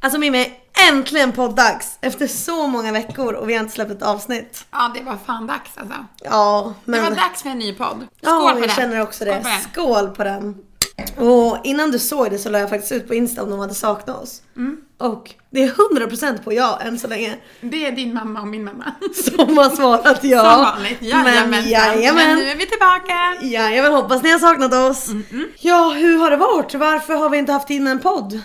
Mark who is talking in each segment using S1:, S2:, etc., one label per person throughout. S1: Alltså Mimmi, äntligen podd-dags! Efter så många veckor och vi har inte släppt ett avsnitt.
S2: Ja, det var fan dags alltså.
S1: Ja, men...
S2: Det var dags för en ny podd.
S1: Ja,
S2: Skål på
S1: jag
S2: den.
S1: känner också
S2: Skål på
S1: det.
S2: den.
S1: Skål på den! Och innan du såg det så la jag faktiskt ut på Insta om de hade saknat oss.
S2: Mm.
S1: Och det är 100% på ja än så länge.
S2: Det är din mamma och min mamma.
S1: Som har svarat ja.
S2: Som vanligt. Jajamensan.
S1: Men
S2: Men
S1: jajamän.
S2: nu Mm, är vi tillbaka.
S1: Jajamän, hoppas ni har saknat oss. Ja, hur har det varit? Varför har vi inte haft in en podd?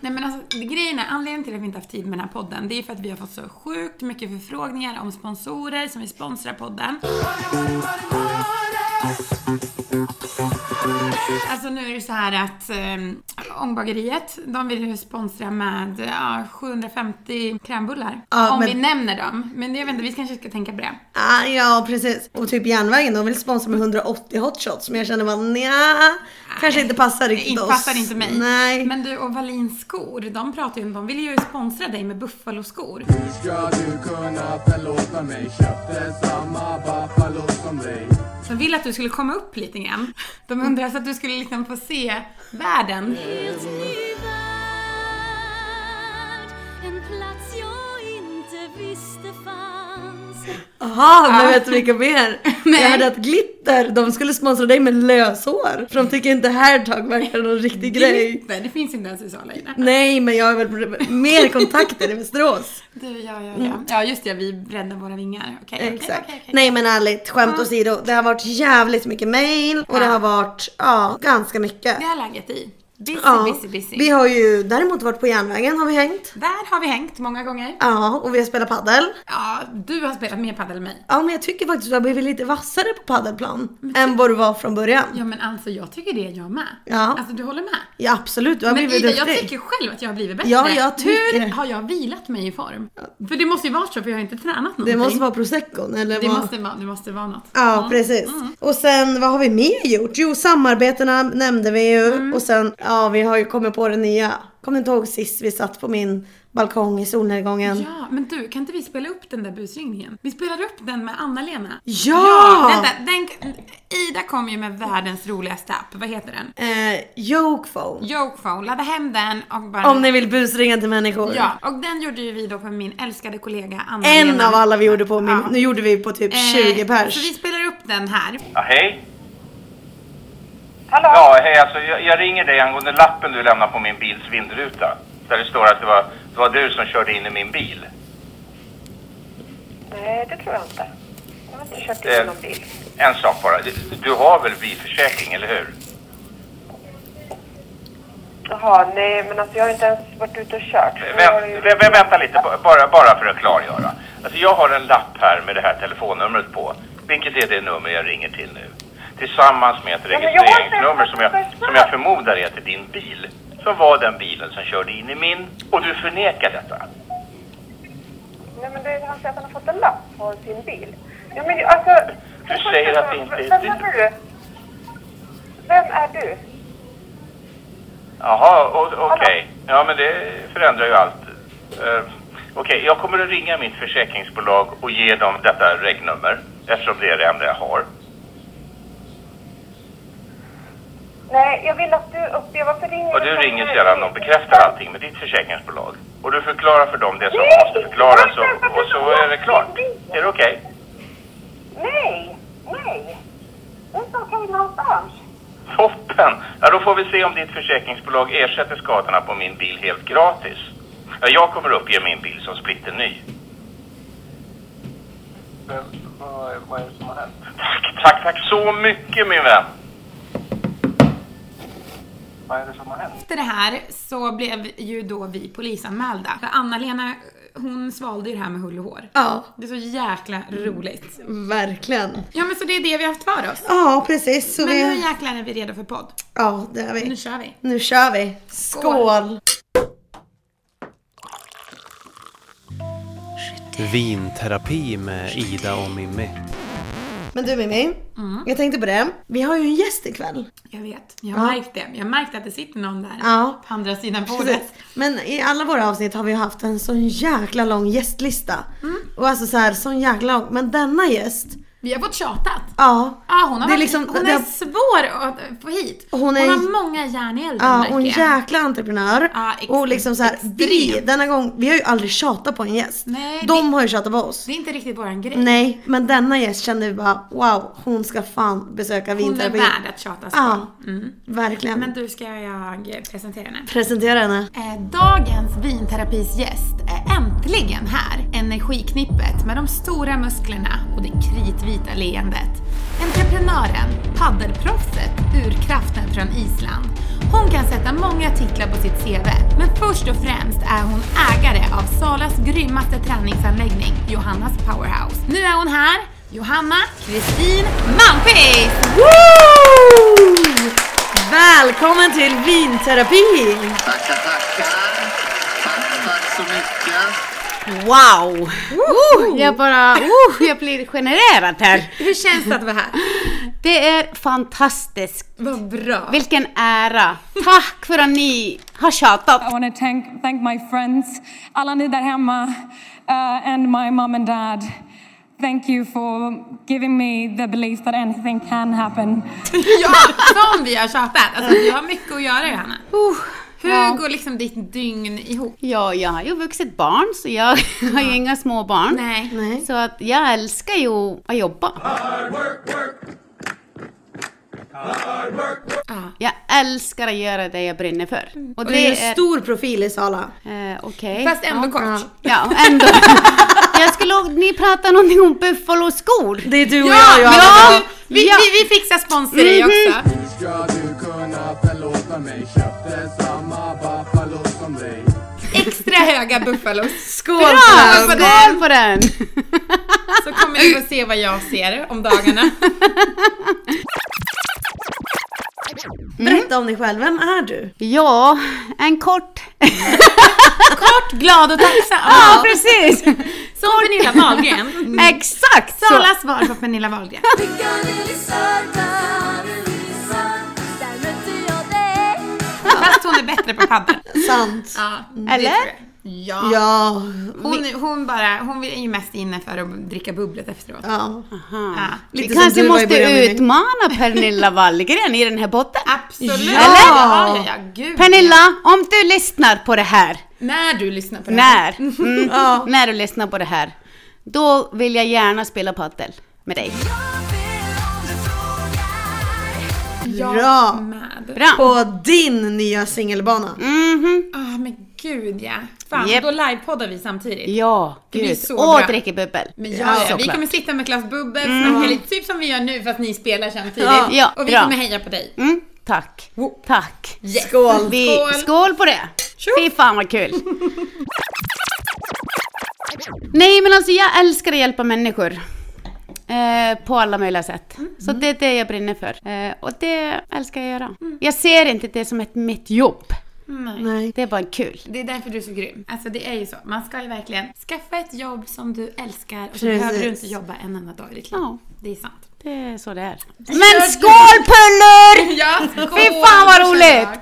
S2: Nej men alltså, grejen är, anledningen till att vi inte haft tid med den här podden, det är för att vi har fått så sjukt mycket förfrågningar om sponsorer som vill sponsra podden. Alltså nu är det så här att eh, Ångbageriet, de vill ju sponsra med ja, 750 krämbullar.
S1: Ja,
S2: om
S1: men-
S2: vi nämner dem. Men jag vet inte, vi kanske ska tänka på det.
S1: Ah, ja precis. Och typ järnvägen, de vill sponsra med 180 hotshots men jag känner bara nja, kanske inte passar
S2: Det
S1: riktigt
S2: in-
S1: oss.
S2: passar inte mig.
S1: Nej.
S2: Men du, och Wallins skor, de pratar ju om, de vill ju sponsra dig med Buffalo-skor.
S3: Hur ska du kunna förlåta mig? Köpte samma Buffalo som dig.
S2: De vill att du skulle komma upp lite grann. De undrar så att du skulle liksom få se världen.
S4: helt ny värld En plats jag inte visste fanns
S1: Aha, men
S2: Ah.
S1: vet du mycket mer?
S2: Nej.
S1: Jag hörde att Glitter, de skulle sponsra dig med löshår. För de tycker inte hairtag verkar någon riktig grej.
S2: Glitter, det finns inte ens i USA längre.
S1: Nej, men jag har väl mer kontakter i Västerås.
S2: Du, ja, ja, ja. Mm. Ja, just det, vi breddar våra vingar. Okej, okej,
S1: Exakt.
S2: okej, okej.
S1: Nej men ärligt, skämt åsido. Det har varit jävligt mycket mail och det
S2: Ja.
S1: har varit, ja, ganska mycket.
S2: Det har läget i. Busy,
S1: Ja.
S2: busy, busy.
S1: Vi har ju däremot varit på järnvägen, har vi hängt.
S2: Där har vi hängt många gånger.
S1: Ja, och vi har spelat paddel.
S2: Ja, du har spelat mer padel än mig.
S1: Ja men jag tycker faktiskt att du har blivit lite vassare på paddelplan än vad du var från början. Ja,
S2: Ja, men alltså jag tycker det jag med.
S1: Ja.
S2: Alltså du håller med.
S1: absolut, du har
S2: Men
S1: blivit
S2: Ida, jag
S1: duktig.
S2: tycker själv att jag har blivit bättre.
S1: Ja, jag tycker det.
S2: Hur har jag vilat mig i form? För det måste ju vara så, för jag har inte tränat någonting.
S1: Det måste vara proseccon eller
S2: Det
S1: vad?
S2: måste, Mm, vara- det måste vara något.
S1: Ja precis. Och sen vad har vi mer gjort? Jo samarbetena nämnde vi ju
S2: Mm.
S1: och sen ja vi har ju kommit på det nya. Kommer inte ihåg sist vi satt på min balkong i solnedgången?
S2: Ja, men du, kan inte vi spela upp den där busringningen? Vi spelar upp den med Anna-Lena.
S1: Ja!
S2: vänta, den, Ida kom ju med världens roligaste app. Vad heter den?
S1: Eh, Jokephone.
S2: Jokephone. Ladda hem den och bara...
S1: Om ni vill busringa till människor.
S2: Ja, och den gjorde ju vi då på min älskade kollega Anna-Lena.
S1: En av alla vi gjorde på min,
S2: Ja. Eh,
S1: nu gjorde vi på typ 20 pers.
S2: Så vi spelar upp den här.
S5: Ja, hej.
S6: Hallå?
S5: Ja, hej. Alltså, jag, jag ringer dig angående lappen du lämnade på min bils vindruta. Där det står att det var, det var du som körde in i min bil.
S6: Nej, det tror jag inte. Jag har inte kört
S5: Eh,
S6: in någon bil.
S5: en sak bara. Du, du har väl bilförsäkring, eller hur?
S6: Jaha, nej, men alltså jag har inte ens varit ute och kört. så jag har
S5: Vä-
S6: ju-
S5: vä- vä- vänta lite, ba- bara, bara för att klargöra. Alltså, jag har en lapp här med det här telefonnumret på. Vilket är det nummer jag ringer till nu? Tillsammans med ett
S6: men jag har inte
S5: registreringsnummer
S6: ens
S5: som jag,
S6: fått det
S5: som jag
S6: svar.
S5: förmodar är till din bil. Som var den bilen som körde in i min. Och du förnekar detta.
S6: Nej, men det, han säger att han har fått en lapp på sin bil. Ja, men alltså... för det första
S5: säger att
S6: så-
S5: det inte är
S6: Vem
S5: du.
S6: är du? Vem är du?
S5: Jaha, o- okej. Ja, men det förändrar ju allt. Eh, okej, jag kommer att ringa mitt försäkringsbolag och ge dem detta regnummer eftersom det är det enda jag har.
S6: Nej, jag vill att du uppger varför ringer
S5: Och du
S6: som-
S5: ringer sedan de bekräftar allting med ditt försäkringsbolag. Och du förklarar för dem det som måste förklaras och, och så är det klart. Är det okej?
S6: Nej, nej. Det är inte okej någonstans.
S5: Toppen! Ja, då får vi se om ditt försäkringsbolag ersätter skadorna på min bil helt gratis. Ja, jag kommer uppge min bil som splitterny. Vad är det som har hänt? Tack, tack, tack så mycket min vän! Vad är det som har hänt?
S2: Efter det här så blev ju då vi polisanmälda. För Anna-Lena, hon svalde ju det här med hull och hår.
S1: Ja,
S2: Det är så jäkla roligt.
S1: verkligen.
S2: Ja men så det är det vi har haft för oss.
S1: Ja, precis. Så
S2: Men nu
S1: vi,
S2: jäklar är vi redo för podd.
S1: ja, det är
S2: Nu
S1: vi.
S2: kör vi.
S1: Nu kör vi. Skål!
S7: Vinterapi med Ida och Mimmi.
S1: Men du Mimmi,
S2: Mm.
S1: jag tänkte på det. Vi har ju en gäst ikväll.
S2: Jag vet, jag har märkt det. Jag märkte att det sitter någon där
S1: Ja.
S2: på andra sidan bordet.
S1: Men i alla våra avsnitt har vi haft
S2: Mm.
S1: en sån jäkla lång gästlista. Och alltså så här, sån jäkla lång. Men denna gäst
S2: Vi har fått tjatat.
S1: Ja.
S2: Ja, hon har
S1: Det är
S2: varit,
S1: liksom-
S2: hon
S1: det-
S2: är svår att få hit.
S1: Hon
S2: Hon,
S1: är-
S2: har många järn i elden
S1: Ja,
S2: märker
S1: och en
S2: jag.
S1: jäkla entreprenör.
S2: Ja, ex-
S1: och liksom så här,
S2: extremt.
S1: vi, denna gång, vi har ju aldrig tjatat på en gäst.
S2: Nej,
S1: De
S2: det-
S1: har ju tjatat på oss.
S2: Det är inte riktigt våran grej.
S1: Nej, men denna gäst kände vi bara, wow, hon ska fan besöka
S2: hon är
S1: vinterterapi.
S2: värd att tjatas på.
S1: Ja,
S2: Mm.
S1: verkligen.
S2: Men du, ska jag presentera henne?
S1: Presentera henne.
S2: Eh, Dagens vinterapisgäst är äntligen här. Energiknippet med de stora musklerna och det kritvita leendet. Entreprenören, paddelproffset, urkraften från Island. Hon kan sätta många titlar på sitt CV, men först och främst är hon ägare av Salas grymmaste träningsanläggning, Johannas Powerhouse. Nu är hon här, Johanna Kristin Malmqvist!
S1: Woo! Välkommen till vinterapi!
S8: Tackar, tackar. Tack, tack så mycket.
S9: Wow! Oh, jag bara, oh, jag blir genererad här.
S2: Hur känns det att vara här?
S9: Det är fantastiskt.
S2: Vad bra!
S9: Vilken ära. Tack för att ni har tjatat.
S10: I want to thank, thank my friends, alla ni där hemma, uh, and my mom and dad. Thank you for giving me the belief that anything can happen.
S2: Ja, som vi har tjatat. Alltså vi har mycket att göra Johanna. Hur
S9: ja.
S2: går liksom ditt dygn ihop?
S9: Ja, jag har ju vuxit barn så jag har ju inga små barn.
S2: Nej.
S1: Nej.
S9: Så att jag älskar ju att jobba.
S2: Ja.
S9: Jag älskar att göra det jag brinner för. Och
S1: Och det är
S9: det
S1: en
S9: är...
S1: stor profil i Sala.
S9: Eh, Okej.
S2: Fast ändå
S1: Ja.
S2: kort.
S9: Ja, ändå. jag skulle... Ni pratade någonting om buffaloskor.
S1: Det är du och
S2: Ja, alltså, Mhm.
S1: jag Johanna.
S9: ja.
S2: Vi, vi,
S9: Ja.
S2: vi, vi fixar sponsor i också.
S3: Hur ska du kunna förlåta mig? Köpte samma Buffalo som dig.
S2: Extra höga buffalos.
S1: Skål!
S9: Bra!
S1: för
S2: alltså,
S1: den.
S9: Skål på den!
S2: Så kommer ni få se vad jag ser om dagarna.
S1: Berätta om dig själv, vem är du?
S9: Ja, en kort.
S2: Kort, glad och tacksam.
S9: Ja, precis!
S2: Som Pernilla Wahlgren. Mm.
S9: Exakt så!
S2: Salas svar på Pernilla Wahlgren.
S4: Piccadilly Circus, där mötte jag dig.
S2: Fast hon är bättre på padel.
S1: Sant.
S2: Ja, det
S9: Eller?
S2: tror jag. Ja.
S1: Ja.
S2: Hon, hon, bara, hon är ju mest inne för att dricka bubblet efteråt.
S1: ja.
S9: Aha.
S1: Lite
S9: Vi
S1: som
S9: kanske
S1: du var i
S9: måste
S1: början, Mimmi.
S9: utmana Pernilla Wallgren i den här botten.
S2: Absolut!
S1: Ja.
S2: Eller? Ja, ja, ja, gud.
S9: Pernilla, om du lyssnar på det här,
S2: När du lyssnar på det här.
S9: när, mm, när du lyssnar på det här, då vill jag gärna spela padel med dig.
S4: Jag vill om du frågar.
S2: Jag
S1: Bra.
S2: Mm. med.
S9: Bra!
S1: På din nya singelbana.
S9: Mhm.
S2: Ah, men gud ja. Fan,
S9: Japp.
S2: då livepoddar vi samtidigt.
S9: Ja,
S2: Det blir
S9: gud.
S2: så
S9: Och
S2: bra.
S9: dricker bubbel.
S2: Men ja, ja, vi
S9: Såklart.
S2: kommer sitta med ett glas bubbel, snacka lite, typ som vi gör nu fast ni spelar samtidigt.
S9: Mm. Ja, ja,
S2: och vi
S9: bra.
S2: kommer heja på dig.
S9: Mm, tack. Tack.
S2: Yes.
S1: Skål.
S9: Vi,
S2: Skål.
S9: skål på det!
S2: Tjoff.
S9: Fy fan vad kul! Nej men alltså jag älskar att hjälpa människor. Eh, på alla möjliga sätt.
S2: Mm.
S9: Så det är det jag brinner för. Eh, och det älskar jag att göra.
S2: Mm.
S9: Jag ser inte det som ett mitt jobb.
S2: Nej.
S1: Nej.
S9: Det är bara kul.
S2: Det är därför du är så grym. Alltså det är ju så. Man ska ju verkligen skaffa ett jobb som du älskar och så
S1: Precis.
S2: behöver du inte jobba en enda dag i ditt liv.
S9: Ja.
S2: Det är sant.
S9: Det är så det är. Men skål pullor!
S2: Ja,
S9: Fy fan vad roligt!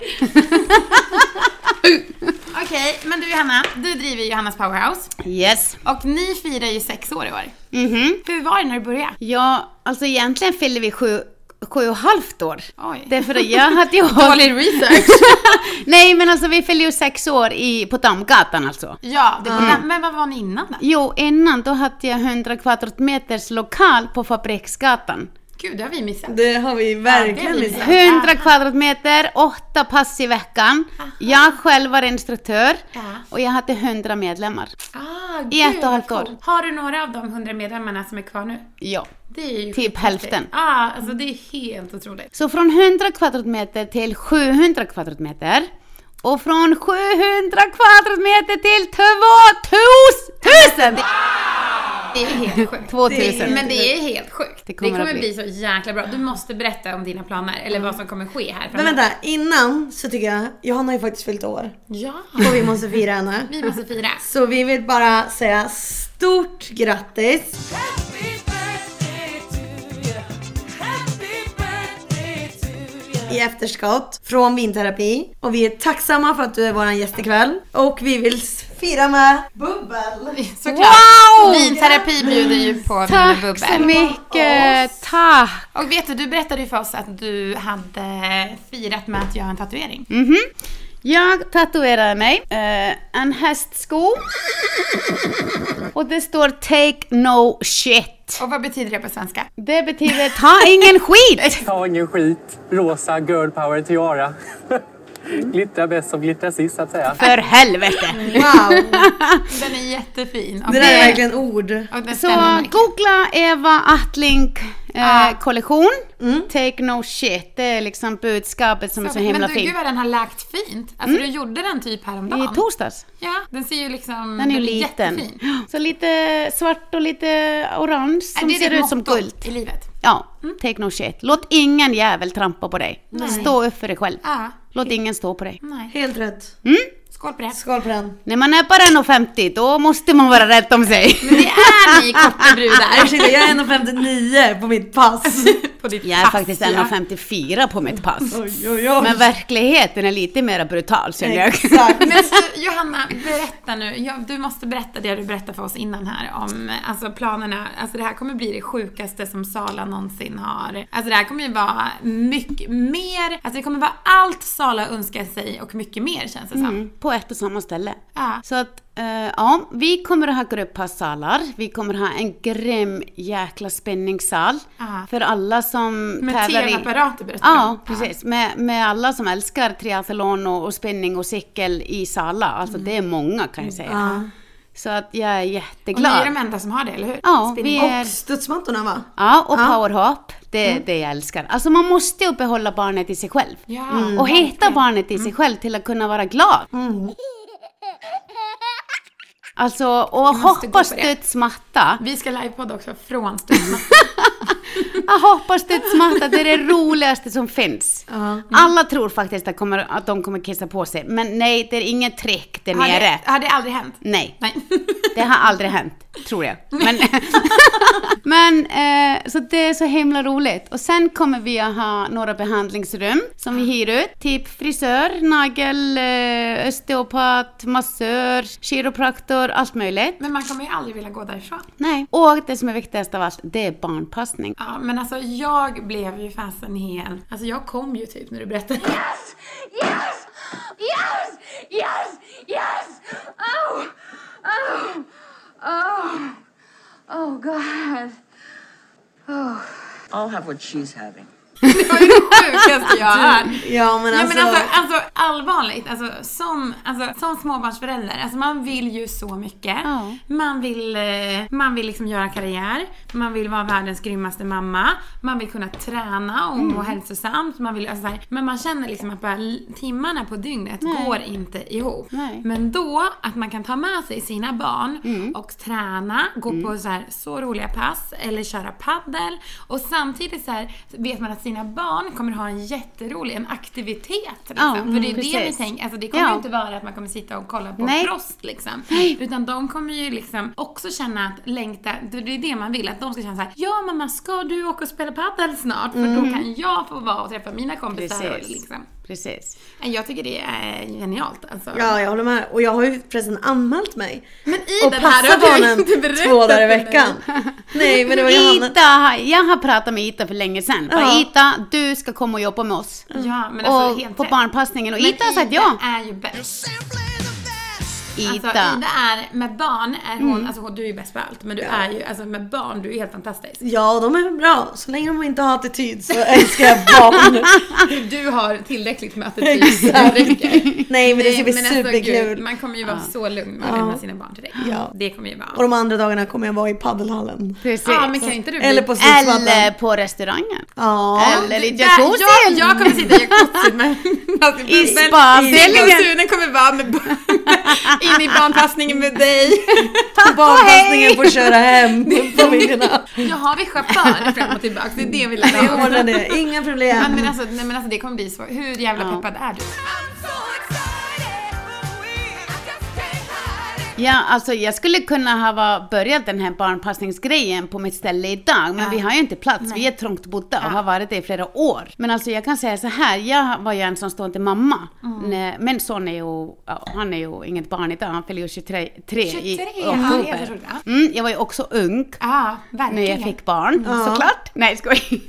S2: Okej, men du Johanna, du driver Johannas Powerhouse
S9: Yes.
S2: och ni firar ju sex år i år.
S9: Mhm.
S2: Hur var det när du började?
S9: Ja, alltså egentligen fyller vi sju, sju och halvt år.
S2: Oj.
S9: Därför att jag hade ju
S2: Dålig research.
S9: Nej men alltså vi fyller ju sex år i, på Dammgatan alltså.
S2: Ja, det var Mm. men vad var ni innan då?
S9: Jo, innan då hade jag 100 kvadratmeters lokal på Fabriksgatan.
S2: Gud, det har vi missat.
S1: Det har vi verkligen
S2: Ja, det är
S1: missat.
S2: vi.
S9: 100 kvadratmeter, åtta pass i veckan. Jag själv var instruktör
S2: Ja.
S9: och jag hade 100 medlemmar.
S2: Ah,
S9: I ett och
S2: vad
S9: halvt år.
S2: coolt. Har du några av de 100 medlemmarna som är kvar nu?
S9: Ja.
S2: Det är ju
S9: Typ
S2: skithäftigt.
S9: hälften.
S2: Ja, ah, alltså det är helt otroligt.
S9: Så från 100 kvadratmeter till 700 kvadratmeter och från 700 kvadratmeter till 2000!
S2: Det är helt sjukt.
S9: 2000.
S2: Men det är helt sjukt.
S9: Det kommer
S2: det kommer
S9: att
S2: bli.
S9: bli.
S2: så jäkla bra. Du måste berätta om dina planer, eller vad som kommer ske här
S1: Men
S2: framöver.
S1: vänta, innan så tycker jag, Johanna har ju faktiskt fyllt år.
S2: Ja,
S1: Och vi måste fira henne.
S2: vi måste fira.
S1: Så vi vill bara säga stort grattis!
S4: Happy birthday to you. Happy birthday to you.
S1: i efterskott från vinterapi. Och vi är tacksamma för att du är vår gäst ikväll. Och vi vill s- fira med bubbel.
S2: Såklart.
S1: Wow!
S2: Vinterapi bjuder ju på vin och bubbel.
S9: Tack så mycket! Tack!
S2: Och vet du, du berättade ju för oss att du hade firat med att göra en tatuering.
S9: Mhm. Jag tatuerade mig eh, en hästsko. Och det står “Take no shit”.
S2: Och vad betyder det på svenska?
S9: Det betyder ta ingen skit!
S11: Ta ingen skit. Rosa girl power tiara. glittra bäst som glittrar sist så att säga.
S9: För helvete!
S1: Wow!
S2: Den är jättefin.
S1: Det där är verkligen ord.
S2: Och den
S9: Så
S2: stämmer Ah. verkligen.
S9: googla Eva Attling eh, kollektion.
S2: Mm.
S9: Take no shit. Det är liksom budskapet som är så himla
S2: Men du,
S9: fint. Mm.
S2: gud vad den har läkt fint. Alltså du gjorde den typ häromdagen.
S9: I torsdags.
S2: Ja, den ser ju liksom...
S9: Den är ju liten.
S2: Jättefin. Äh,
S9: Så lite svart och lite orange som
S2: det Mm. är
S9: ser
S2: ditt
S9: ut som
S2: motto
S9: guld.
S2: i livet.
S9: Ja, take no shit. Låt ingen jävel trampa på dig. Stå upp för dig själv.
S2: Ja.
S9: Låt ingen stå på dig.
S2: Nej.
S1: Helt rätt.
S2: Skål på det.
S1: Skål på den.
S9: När man är bara 1,50 då måste man vara rädd om sig.
S2: Men det är ni korta brudar.
S1: Ursäkta, jag är 1,59 på mitt pass.
S2: på ditt
S9: Jag är
S2: pass,
S9: faktiskt
S2: ja.
S9: 1,54 på mitt pass.
S1: Oj, oj, oj.
S9: Men verkligheten är lite mer brutal känner jag.
S1: Exakt.
S2: Men så, Johanna, berätta nu. Ja, du måste berätta det du berättade för oss innan här om eh, alltså, planerna. Alltså det här kommer bli det sjukaste som Sala någonsin har. Alltså det här kommer ju vara mycket mer. Alltså det kommer vara allt Sala önskar sig och mycket mer känns det som.
S9: Mm, på ett och samma ställe.
S2: Ja.
S9: Så att, eh, ja, vi kommer att ha gruppassalar. Vi kommer ha en grym jäkla spänningssal.
S2: Ja.
S9: För alla som
S2: Med
S9: tävlar i...
S2: TV-apparater berättar du
S9: Ja,
S2: om.
S9: precis. Med, med alla som älskar triathlon och, och spinning och cykel i Sala. Alltså det är många kan jag säga. Så att jag är
S2: Mm. Och ni
S9: jätteglad.
S2: är de enda som har det, eller hur?
S9: Ja, vi
S2: Spinning.
S9: är...
S1: Och studsmattorna va?
S9: Ja, och powerhop. Det är det jag älskar. Alltså man måste uppehålla barnet i sig själv.
S2: Mm.
S9: Mm.
S2: Ja, Mm.
S9: Och hitta barnet i sig själv till att kunna vara glad. Alltså, och
S2: måste gå
S9: hoppa
S2: på det.
S9: studsmatta.
S2: Vi ska livepodda också från Stockholm.
S9: Jag hoppar studsmatta, det är det roligaste som finns. Alla tror faktiskt att, kommer, att de kommer kissa på sig, men nej, det är inget trick där
S2: Har
S9: nere.
S2: det, har det aldrig hänt?
S9: Nej.
S2: Nej.
S9: Det har aldrig hänt, tror jag. Men, men eh, så det är så himla roligt. Och sen kommer vi att ha några behandlingsrum som vi hyr ut. Typ frisör, nagel, eh, osteopat, massör, kiropraktor, allt möjligt.
S2: Men man kommer ju aldrig vilja gå därifrån.
S9: Nej. Och det som är viktigast av allt, det är barnpassning.
S2: Ja, men alltså jag blev ju fasen hel. Alltså jag kom ju typ när du berättade.
S4: Yes! Yes! Yes! Yes! Oh! Oh! Oh! Oh, God.
S8: I'll have what she's having.
S2: Det var ju det sjukaste jag har hört.
S1: Ja men
S2: Ja,
S1: alltså.
S2: men alltså, alltså allvarligt, alltså, som, alltså, som småbarnsförälder, alltså, man vill ju så mycket.
S9: Ja.
S2: Man vill, eh, man vill liksom göra karriär, man vill vara världens grymmaste mamma, man vill kunna träna och må hälsosamt, man vill, alltså, så här, men man känner liksom att bara, l- timmarna på dygnet går inte ihop.
S9: Nej. Mm.
S2: Men då, att man kan ta med sig sina barn och träna, gå på så, här, så roliga pass eller köra paddel och samtidigt så här, vet man att sina barn kommer ha en jätterolig, en aktivitet. Liksom.
S9: Ja, mm,
S2: För det är det vi
S9: precis.
S2: tänker, alltså det kommer
S9: Ja.
S2: ju inte vara att man kommer sitta och kolla på
S9: Nej.
S2: Frost liksom. Utan de kommer ju liksom också känna att längta, det det är det man vill, att de ska känna så här: ja mamma ska du åka och spela paddel snart? För då kan jag få vara och träffa mina kompisar. Och,
S9: Mm. Precis.
S2: liksom.
S9: Precis.
S2: Jag tycker det är genialt alltså.
S1: Ja, jag håller med. Och jag har ju förresten anmält mig.
S2: Men i
S1: och
S2: den här
S1: passa
S2: har du
S1: barnen
S2: inte berättat
S1: två dagar i
S2: för mig.
S1: veckan. Nej, men det var Johanna.
S9: Ita, har- jag har pratat med Ita för länge sedan. Bara,
S1: Ja.
S9: Ita, du ska komma och jobba med oss.
S2: Ja, men alltså
S9: och
S2: helt
S9: på
S2: rätt.
S9: barnpassningen. Och
S2: Men
S9: Ita har sagt
S2: Ida
S9: ja.
S2: är ju bäst. Alltså,
S9: Ita.
S2: Ida är, med barn är hon,
S1: Mm.
S2: alltså hon- du är ju bäst på allt, men du är ju, alltså med barn, du är helt fantastisk.
S1: Ja, de är bra. Så länge de inte har attityd så älskar jag barn.
S2: Du har tillräckligt med attityd, så det räcker.
S1: Nej, men det ska bli
S2: men alltså, gud,
S1: superkul.
S2: man kommer ju vara så lugn med att lämna sina barn till dig.
S1: Ja.
S2: Det kommer ju
S1: Och
S2: vara.
S1: de andra dagarna kommer jag vara i paddelhallen.
S9: Precis.
S2: Ja, men kan inte du bli...
S1: Eller på
S9: Eller
S1: studsmattan.
S9: på restaurangen.
S1: Ja.
S9: Eller i
S2: Där-
S9: jacuzzin.
S2: Jag, jag kommer sitta i jacuzzin med...
S9: I
S2: Selin
S9: spaställningen.
S2: och Sune kommer vara med, in i barnpassningen med dig.
S1: Och barnpassningen får köra hem familjerna.
S2: Jag har vi chaufför fram och tillbaka, det är det vi lär
S1: Vi ordnar
S2: oss.
S1: det, inga
S2: Ja,
S1: problem.
S2: men alltså, nej, men alltså det kommer bli så. Hur jävla peppad är du?
S4: I'm so excited. I just can't hide it.
S9: Ja, alltså jag skulle kunna ha börjat den här barnpassningsgrejen på mitt ställe idag, men vi har ju inte plats. Vi är trångt bodda och har varit det i flera år. Men alltså jag kan säga så här, jag var ju ensamstående mamma.
S2: Mm.
S9: När- Men son är ju, ja, han är ju inget barn idag, han fyller ju 23, 23 i
S2: 23, ja, jag
S9: oktober.
S2: förstod det.
S9: Mm, jag var ju också ung
S2: Ja,
S9: när
S2: verkligen.
S9: jag fick barn,
S2: Ja.
S9: såklart. Nej, skoj.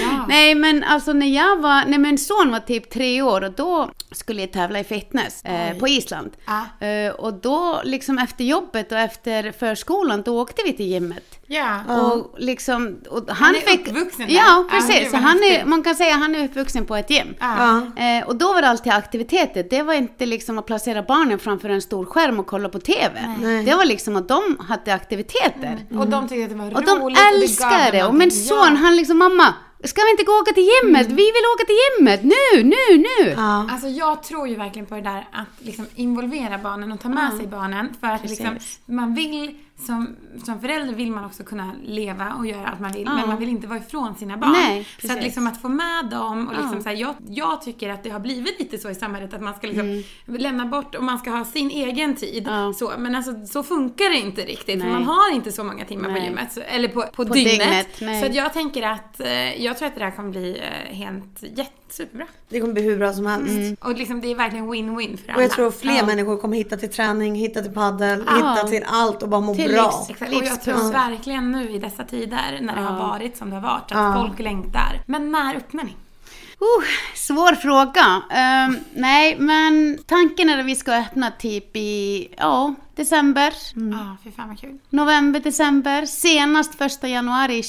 S2: Ja.
S9: Nej men alltså när jag var, när min son var typ tre år och då skulle jag tävla i fitness eh,
S2: Oj.
S9: på Island.
S2: Ah.
S9: Eh, och då liksom efter jobbet och efter förskolan då åkte vi till gymmet.
S2: Ja.
S9: Och liksom, och han,
S2: Han är
S9: fick,
S2: uppvuxen där.
S9: Ja,
S2: Ja,
S9: precis.
S2: det var
S9: så han är,
S2: häftigt.
S9: man kan säga att han är uppvuxen på ett gym.
S2: Ja.
S9: Eh, och då var det alltid aktiviteter. Det var inte liksom att placera barnen framför en stor skärm och kolla på TV.
S2: Nej. Mm.
S9: Det var liksom att de hade aktiviteter.
S2: Och de tyckte att det var
S9: Och
S2: roligt.
S9: de
S2: det
S9: älskar
S2: gav
S9: det.
S2: dem
S9: Och min
S2: någonting.
S9: son, han liksom, mamma, ska vi inte gå och åka till gymmet? Vi vill åka till gymmet nu, nu, nu.
S2: Ja. Alltså jag tror ju verkligen på det där att liksom involvera barnen och ta med sig barnen. För att liksom,
S9: Precis.
S2: man vill, som, som förälder vill man också kunna leva och göra allt man vill.
S9: Ja.
S2: Men man vill inte vara ifrån sina barn.
S9: Nej,
S2: så att
S9: precis.
S2: liksom att få med dem och liksom
S9: Ja.
S2: så här, jag, jag tycker att det har blivit lite så i samhället att man ska liksom
S9: Mm.
S2: lämna bort och man ska ha sin egen tid. Så, men alltså så funkar det inte riktigt. För
S9: Nej.
S2: man har inte så många timmar på
S9: Nej.
S2: gymmet. så- Eller på, på,
S9: På
S2: dygnet.
S9: dygnet, nej.
S2: så att jag tänker att, eh, jag tror att det där kommer bli eh, helt jätte, superbra.
S1: Det kommer bli hur bra som helst.
S2: Och liksom, det är verkligen win-win för alla.
S1: Och jag tror fler människor kommer hitta till träning, hitta till paddel,
S9: Ja.
S1: hitta till allt och bara må
S9: Till
S1: bra.
S9: livs-
S2: Exakt. Och jag tror
S9: Livspussel.
S2: verkligen nu i dessa tider när det har
S9: Ja.
S2: varit som det har varit att
S1: Ja.
S2: folk längtar. Men när öppnar ni?
S9: Uh, svår fråga. Ehm, nej, men tanken är att vi ska öppna typ i, ja, december.
S2: Ja, fy fan vad kul.
S9: November, december. Senast första januari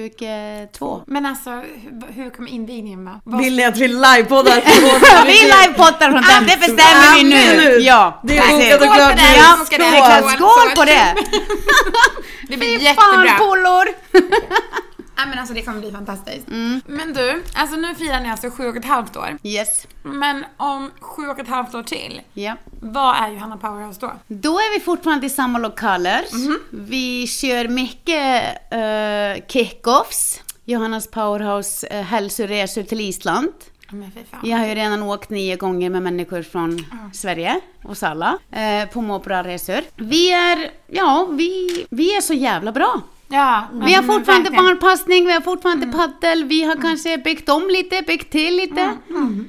S9: 2022.
S2: Men alltså, hur, hur kommer invigningen vara? Vad-
S1: Vill ni att vi livepoddar på vår
S9: Vi
S1: fritid?
S9: livepoddar från den, det bestämmer vi nu.
S1: Absolut.
S9: Ja,
S1: Det är
S9: precis.
S1: bokat och klart nu.
S2: Skål för det.
S9: Ja,
S2: Skål.
S9: skål, skål på det!
S2: Det blir
S9: Fan,
S2: jättebra.
S9: pollor!
S2: Nej men alltså det kommer bli fantastiskt. Men du, alltså nu firar ni alltså sju och ett halvt år.
S9: Yes.
S2: Men om sju och ett halvt år till,
S9: Ja.
S2: vad är Johanna Powerhouse då?
S9: Då är vi fortfarande i samma lokaler.
S2: Mhm.
S9: Vi kör mycket uh, kickoffs. Johannas Powerhouse eh, hälsoresor till Island.
S2: Ja, Men fy fan.
S9: Jag har ju redan åkt nio gånger med människor från Sverige, oss alla, eh, på må bra-resor. Vi är, ja, vi, vi är så jävla bra.
S2: Ja, men
S9: Vi har fortfarande
S2: verkligen. Mm.
S9: barnpassning, vi har fortfarande paddel, vi har kanske byggt om lite, byggt till lite.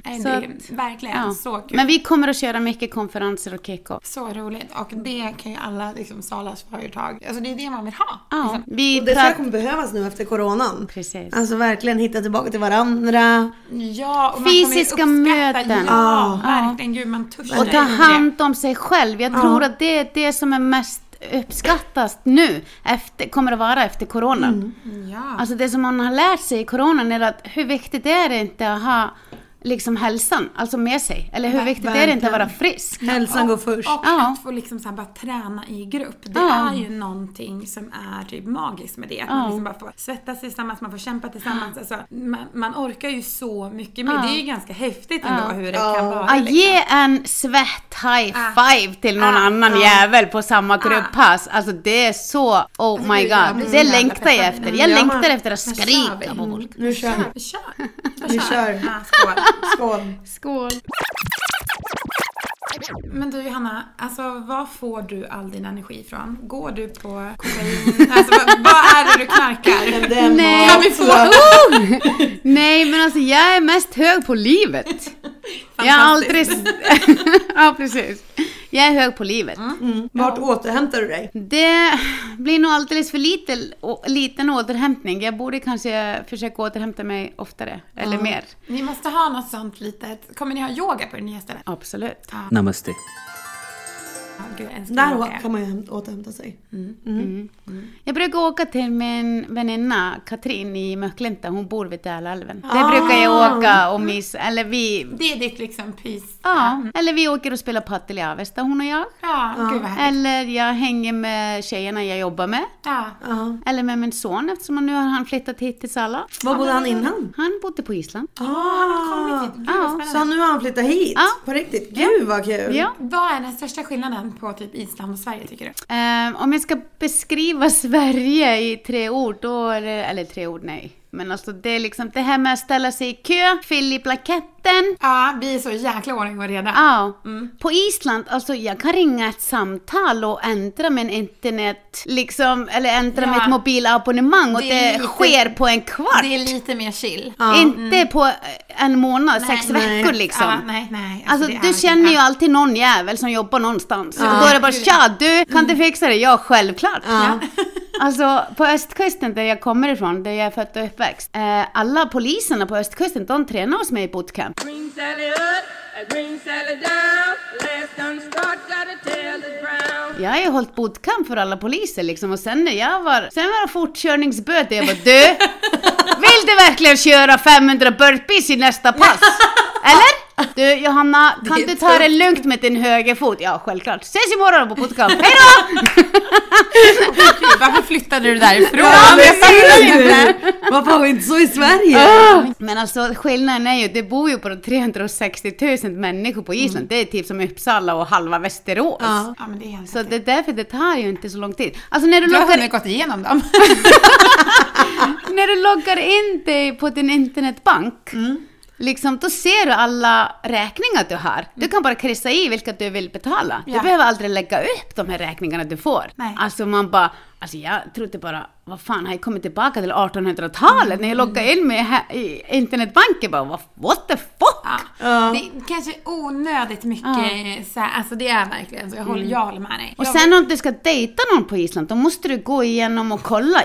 S2: Nej,
S9: Så
S2: det är
S9: att-
S2: verkligen
S9: Ja.
S2: Mm, så kul.
S9: Men vi kommer att köra mycket konferenser och kick-off.
S2: Så roligt. Och
S9: Mm.
S2: det kan ju alla liksom, Salas-företag, alltså det är det man vill ha.
S9: Ja, vi
S1: Och det tror jag
S9: pratar...
S1: kommer behövas nu efter coronan.
S9: Precis.
S1: Alltså verkligen hitta tillbaka till varandra.
S2: Ja, och man
S9: Fysiska
S2: kommer ju uppskatta-
S9: möten.
S2: Ja,
S9: Ja.
S2: verkligen. Gud, man törs
S9: Och
S2: det.
S9: ta hand om sig själv. Jag tror att det är det som är mest uppskattas nu, efter, kommer att vara efter corona.
S2: Mm. Ja.
S9: Alltså det som man har lärt sig i coronan är att hur viktigt är det inte att ha liksom hälsan, alltså med sig? Eller hur viktigt är det inte att vara frisk?
S1: Hälsan går först.
S2: Och
S9: Ja.
S2: att få liksom så här bara träna i grupp. Det
S9: Ja.
S2: är ju någonting som är typ magiskt med det. Att
S9: Ja.
S2: man liksom bara får svettas tillsammans, man får kämpa tillsammans. Alltså, man, man orkar ju så mycket mer. Det är ju ganska häftigt ändå hur det kan vara.
S9: Att
S2: liksom.
S9: ge en svett high five till någon
S2: Ah.
S9: annan
S2: Ah. Alltså,
S9: jävel på samma grupppass, alltså det är så, oh my
S2: det är
S9: god.
S2: jävligt
S9: Det
S2: jävla
S9: längtar jag
S2: peppad.
S9: efter. Jag
S1: Ja,
S9: längtar
S1: man-
S9: efter att
S2: Men kör vi.
S9: skrika på folk.
S1: Nu kör vi.
S2: Vi kör.
S1: Vi kör.
S2: Ah, skål.
S1: Skål.
S9: Skål!
S2: Men du Johanna, alltså var får du all din energi ifrån? Går du på kokain? Alltså vad, vad är det du knarkar?
S1: Det är
S9: Nej.
S2: Kan vi få?
S9: Nej men alltså jag är mest hög på livet. jag har aldrig... ja precis. Jag är hög på livet.
S1: Mm. Vart återhämtar du dig?
S9: Det blir nog alldeles för lite, å- liten återhämtning. Jag borde kanske försöka återhämta mig oftare. Eller mer.
S2: Ni måste ha något sånt litet. Kommer ni ha yoga på det nya stället?
S9: Absolut.
S11: Namaste.
S2: Ja, gud, jag älskar
S1: Där
S2: yoga.
S1: å- kan man ju hämt- återhämta sig.
S9: Mm.
S1: Mm.
S9: Jag brukar åka till min väninna Katrin i Möklinta. Hon bor vid Dalälven. Där
S1: Ah.
S9: brukar jag åka och mysa. Eller vi...
S2: Det är ditt liksom pys.
S9: Ja, eller vi åker och spelar padel i Avesta hon och jag.
S2: Ja, gud vad härligt.
S9: Eller jag hänger med tjejerna jag jobbar med.
S2: Ja.
S1: Ja.
S9: Eller med min son eftersom nu har han flyttat hit till Salla.
S1: Var bodde han innan?
S9: Han bodde på Island.
S1: Ah.
S2: Gud,
S9: Ja,
S2: vad spännande.
S1: Så nu har han flyttat hit?
S9: Ja.
S1: På riktigt? Gud vad kul!
S9: Ja.
S2: Vad är den största skillnaden på typ Island och Sverige tycker du?
S9: Ehm, om jag ska beskriva Sverige i tre ord, då är det, eller tre ord nej. Men alltså det är liksom det här med att ställa sig i kö, fyll i blanketten.
S2: Ja, vi är så jäkla ordning och reda.
S9: Ja. På Island, alltså jag kan ringa ett samtal och ändra min internet, liksom, eller ändra
S2: Ja.
S9: mitt mobilabonnemang och det,
S2: Det är lite-
S9: sker på en kvart.
S2: Det är lite mer chill.
S9: Inte på eh, en månad, sex
S2: Mm. Nej.
S9: veckor liksom.
S2: Ja, nej, nej.
S9: Alltså,
S2: det
S9: du
S2: är-
S9: känner ju alltid någon jävel som jobbar någonstans.
S2: Ja. Mm.
S9: Och då är det bara tja du, kan inte fixa det? Ja, självklart. Alltså på östkusten där jag kommer ifrån, där jag är född och uppväxt. Eh, alla poliserna på östkusten, de tränar hos mig i bootcamp.
S12: Bring Sally up, I bring Sally down. Last done start, gotta tell the brown.
S9: Jag har ju hållit bootcamp för alla poliser liksom och sen när jag var, sen var det fortkörningsböter. Jag bara du, vill du verkligen köra 500 burpees i nästa pass? Eller? Du Johanna, kan
S2: Det är
S9: du ta det
S2: tufft.
S9: lugnt med din högerfot? Ja, självklart. Ses imorgon på bootcamp. Hej då!
S2: Varför flyttade du därifrån?
S9: Ja, men jag
S1: ser
S9: fattar
S1: ju.
S9: inte.
S1: Varför har vi inte så i Sverige?
S9: Ah! Men alltså skillnaden är ju, det bor ju på 360 000 människor på Island. Det är typ som Uppsala och halva Västerås.
S2: Ja. Ja, men det är helt
S9: Så det är därför det tar ju inte så lång tid. Alltså när du,
S2: Du har
S9: loggar,
S2: hunnit gått igenom dem.
S9: när du loggar in dig på din internetbank,
S2: Mm.
S9: liksom, då ser du alla räkningar du har. Du kan bara kryssa i vilka du vill betala. Du
S2: Mm. Ja.
S9: behöver aldrig lägga upp de här räkningarna du får.
S2: Nej.
S9: Alltså man bara, alltså jag trodde bara, vad fan har jag kommit tillbaka till 1800-talet
S2: Mm.
S9: när jag loggade in mig här i internetbanken? Bara, "Vad- what the fuck?
S2: Det är kanske onödigt mycket
S9: Ja. Mm.
S2: så här, alltså det är verkligen så. Jag håller, jag håller med dig.
S9: Och
S2: Jag-
S9: sen om du ska dejta någon på Island, då måste du gå igenom och kolla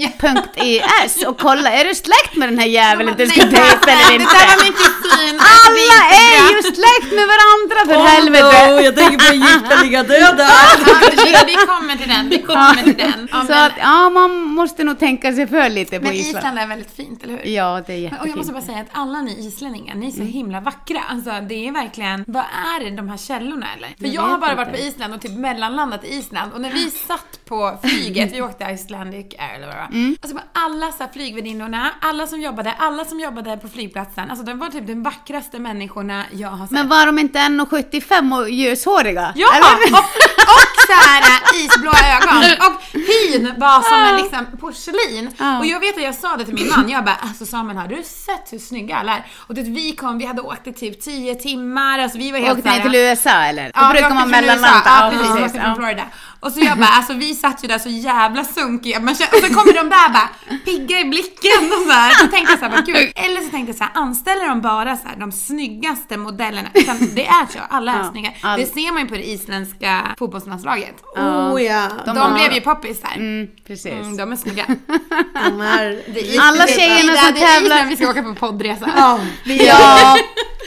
S9: islandingabok.es och kolla, är du släkt med den här jäveln du ska
S2: Nej,
S9: dejta eller
S2: det där var
S9: inte?
S2: min typ kusin.
S9: Alla är ju släkt med varandra för helvete!
S1: no, jag tänker på gifta ligga döda.
S2: Ja, vi kommer till den, vi kommer till den. Ja,
S9: Så
S2: men,
S9: att, ja, man måste nog tänka sig för lite på
S2: men
S9: Island.
S2: Island är väldigt fint, eller hur?
S9: Ja, det är
S2: Men- Och jag måste bara
S9: jättefint.
S2: säga att alla ni islänningar, ni är så
S9: Mm.
S2: himla vackra. Alltså det är verkligen, vad är det de här källorna eller? För
S9: Jag
S2: jag, har
S9: vet
S2: bara
S9: inte. Mm.
S2: varit på Island och typ mellanlandat i Island och när vi satt på flyget, vi åkte Icelandic Air eller vad det var.
S9: Mm.
S2: Alltså bara alla så här flygvärdinnorna, alla som jobbade, alla som jobbade på flygplatsen. Alltså de var typ de vackraste människorna jag har sett.
S9: Men var de inte 1,75 och ljushåriga?
S2: Ja!
S9: Eller?
S2: Och, och så här isblå ögon. Och hyn var som en liksom porslin.
S9: Ja.
S2: Och jag vet att jag sa det till min man, jag bara alltså Samuel har du sett hur snygga alla är? Och det, vi kom, vi hade åkt i typ 10 timmar, alltså vi var helt
S9: Åkte
S2: så
S9: ni
S2: här-
S9: till USA eller? Då
S2: Ja, vi
S9: brukar
S2: åkte
S9: man
S2: från USA.
S9: mellanlanda.
S2: Ja, precis. Vi åkte
S9: ja.
S2: från Florida. Och så jag bara, alltså vi satt ju där så jävla sunkiga. Man känner, och så kommer de där bara pigga i blicken och så här. Så tänkte jag så här, bara, gud. Eller så tänkte jag så här, anställer de bara så här, de snyggaste modellerna? Utan det är så, alla är
S9: Ja,
S2: snygga.
S9: all-
S2: Det ser man ju på det isländska fotbollslandslaget.
S1: Oh ja.
S2: De,
S9: har-
S2: blev ju poppis där.
S9: Mm, precis.
S2: Mm, de är snygga.
S1: De är...
S2: Det är
S9: Alla
S2: det är-
S9: tjejerna
S2: Ida,
S9: som
S2: det är
S9: tävlar-
S2: Island vi ska åka på poddresa.
S1: Ja, vi
S9: Ja,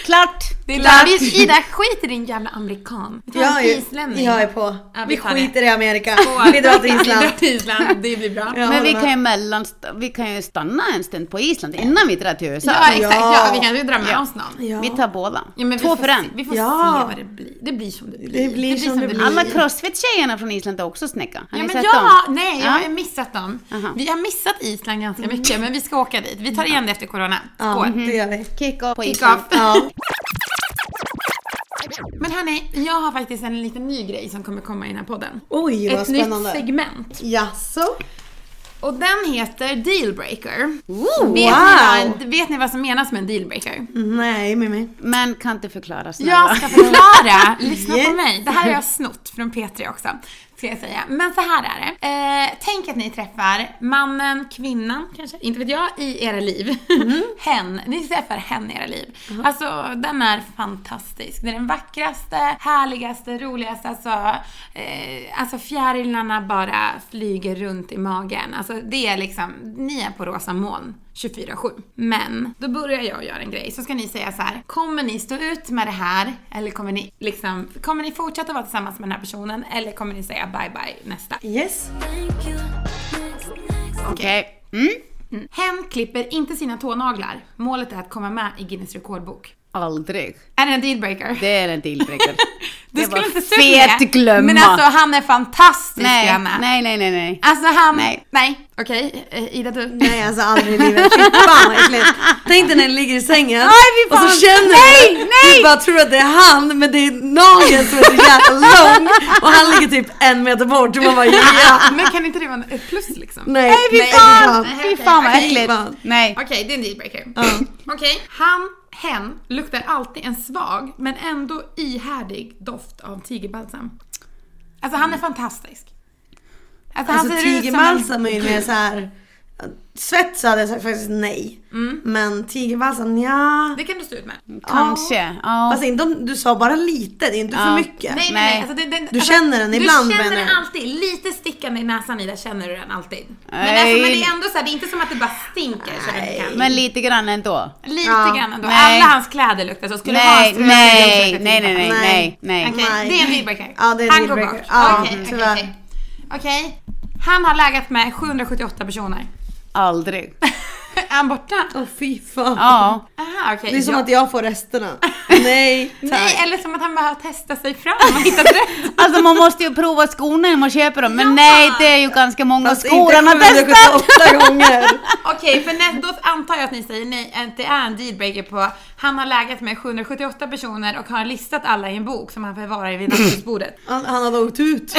S9: klart.
S2: Det är
S9: klart.
S2: där vi, Ida, skit i din jävla amerikan. Vi tar
S1: Jag
S2: en
S1: är,
S2: islänning.
S1: jag är på.
S2: Ja, vi
S1: Vi
S2: tar det.
S1: skiter i Amerika.
S2: Skål.
S1: Vi drar till Island.
S2: Vi drar till Island, det blir bra.
S1: Jag
S9: Men vi
S1: håller
S9: kan, ju mellanst- vi kan ju stanna en stund på Island innan vi drar till USA.
S2: Ja, exakt. Ja,
S1: Ja.
S2: vi kanske drar med
S9: Ja.
S2: oss någon.
S1: Ja.
S9: Vi tar båda.
S2: Ja, men vi
S9: Två
S2: får
S9: för
S2: se-
S9: en.
S2: Vi får
S1: Ja.
S2: se vad det blir. Det blir som det blir.
S1: blir som det blir.
S9: Alla crossfit-tjejerna från Island är också snygga. Har
S2: Ja,
S9: ni
S2: men
S9: sett
S2: ja,
S9: dem?
S2: nej, jag
S9: Ja.
S2: har missat dem.
S9: Aha.
S2: Vi har missat Island ganska mycket, men vi ska åka dit. Vi tar igen det efter corona.
S1: Ja,
S2: Skål! Mm-hmm.
S1: det gör vi.
S9: Kick-off på
S2: Kick
S9: Island.
S2: off.
S1: Ja.
S2: Men hörni, jag har faktiskt en liten ny grej som kommer komma i den här podden.
S1: Oj, vad
S2: Ett nytt
S1: spännande.
S2: segment.
S1: Jaså?
S2: Och den heter Dealbreaker.
S1: Ooh,
S2: Vet, ni
S1: wow!
S2: vad, vet ni vad som menas med en dealbreaker?
S1: Nej, Mimmi.
S9: Men kan inte förklara snälla.
S2: Jag ska förklara. Lyssna på
S1: Yes.
S2: mig. Det här har jag snott från P3 också. Ska jag säga. Men så här är det. Eh, tänk att ni träffar mannen, kvinnan kanske, inte vet jag, i era liv. hen. Ni träffar hen i era liv. Alltså den är fantastisk. Den är den vackraste, härligaste, roligaste. Alltså, eh, alltså fjärilarna bara flyger runt i magen. Alltså det är liksom, ni är på rosa moln. 24-7. Men då börjar jag göra en grej, så ska ni säga så här. Kommer ni stå ut med det här? Eller kommer ni liksom, kommer ni fortsätta vara tillsammans med den här personen? Eller kommer ni säga bye bye nästa?
S1: Yes.
S4: Thank you. Next, next.
S9: Okej. Mm.
S2: Mm. Hen klipper inte sina tånaglar. Målet är att komma med i Guinness rekordbok.
S9: Aldrig.
S2: Är det en dealbreaker?
S9: Det är en dealbreaker.
S2: Du
S9: det
S2: skulle
S9: var
S2: inte stå ut med
S9: fet glömma.
S2: Men alltså han är fantastisk
S9: nej,
S2: Johanna.
S9: nej, nej, nej, nej.
S2: Alltså han, nej.
S9: Nej.
S2: Okej, eh, Ida du?
S1: Nej, alltså aldrig i livet. Fy fan vad äckligt. Tänk dig när du ligger i sängen
S9: Aj, fy
S1: och
S9: fan.
S1: så känner
S9: Nej,
S1: du,
S9: nej.
S1: du bara tror att det är han men det är nageln som är så jävla lång och han ligger typ en meter bort och man bara ja.
S9: Ah,
S2: Men kan inte det vara ett plus liksom?
S1: Nej, Nej, fy nej, fan. fy fan.
S2: okej,
S9: Fy fan vad
S2: okej.
S9: äckligt. Nej.
S2: Okej, det är en dealbreaker. Okej, han, hen luktar alltid en svag men ändå ihärdig doft av tigerbalsam. Alltså han är fantastisk. Alltså,
S1: Alltså
S2: ser ut som en-
S1: tigerbalsam är ju mer såhär Svets hade jag sagt faktiskt nej. Men tigerbalsam ja.
S2: Det kan du stå ut med.
S9: Kanske. Ja.
S1: Fast inte om, du sa bara lite, det är inte
S9: Ja.
S1: för mycket.
S2: Nej, nej, nej.
S9: Nej.
S2: Alltså, den, den,
S1: Du känner den ibland,
S2: Du känner
S1: menar
S2: den
S1: jag.
S2: alltid. Lite stickande i näsan Ida känner du den alltid. Men,
S9: Nej.
S2: alltså, men det är ändå så här, det är inte som att det bara stinker. så det kan.
S9: Men lite grann ändå.
S2: Lite
S1: Ja.
S2: grann ändå.
S9: Nej.
S2: Alla hans kläder luktar så. Skulle
S9: Nej,
S2: du ha
S9: nej, nej, nej, nej, nej, nej.
S2: Okej,
S1: Nej.
S2: det är en dealbreaker.
S1: Ja, det är en
S2: Han går
S1: dealbreaker.
S2: bort.
S1: Ja, mm,
S2: Okej, okej,
S1: tyvärr.
S2: okej. Okej. Han har lägat med 778 personer.
S9: Aldrig.
S2: är han borta?
S1: Åh fy fan.
S9: Ja.
S2: Aha, okej.
S1: Det är som
S2: Ja.
S1: att jag får resterna. Nej tack.
S2: Nej, eller som att han bara har testat sig fram och hittat rätt.
S9: Alltså man måste ju prova skorna när man köper dem. Men
S2: Ja.
S9: nej, det är ju ganska många
S1: Fast
S9: skor
S1: inte
S9: han har testat.
S1: 778 gånger.
S2: Okej, för nä- då antar jag att ni säger nej, att det är en dealbreaker på han har lägat med 778 personer och har listat alla i en bok som han förvarar vid nattduksbordet.
S1: Han, han hade åkt ut.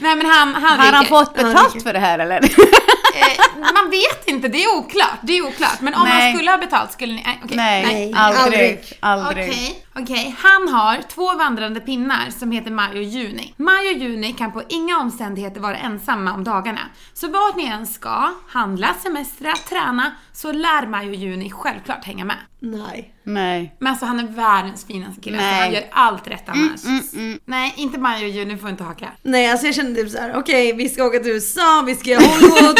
S2: Nej men han, han
S9: Har han
S2: ryker.
S9: fått
S1: Ja,
S9: betalt för det här eller?
S2: Eh, man vet inte, det är oklart. Det är oklart. Men om
S9: Nej.
S2: han skulle ha betalt skulle ni... nej, okej,
S9: Nej,
S1: aldrig.
S9: aldrig. Aldrig.
S2: Okej, okej. Han har två vandrande pinnar som heter maj och juni. Maj och juni kan på inga omständigheter vara ensamma om dagarna. Så vart ni än ska, handla, semestra, träna, så lär maj och juni självklart hänga med.
S1: Nej.
S9: Nej.
S2: Men alltså han är världens finaste kille, så
S9: Nej. Mm,
S2: han gör allt rätt annars. Nej, inte maj och juni får inte haka.
S1: Nej alltså jag kände typ såhär, okej vi ska åka till USA, vi ska göra Hollywood,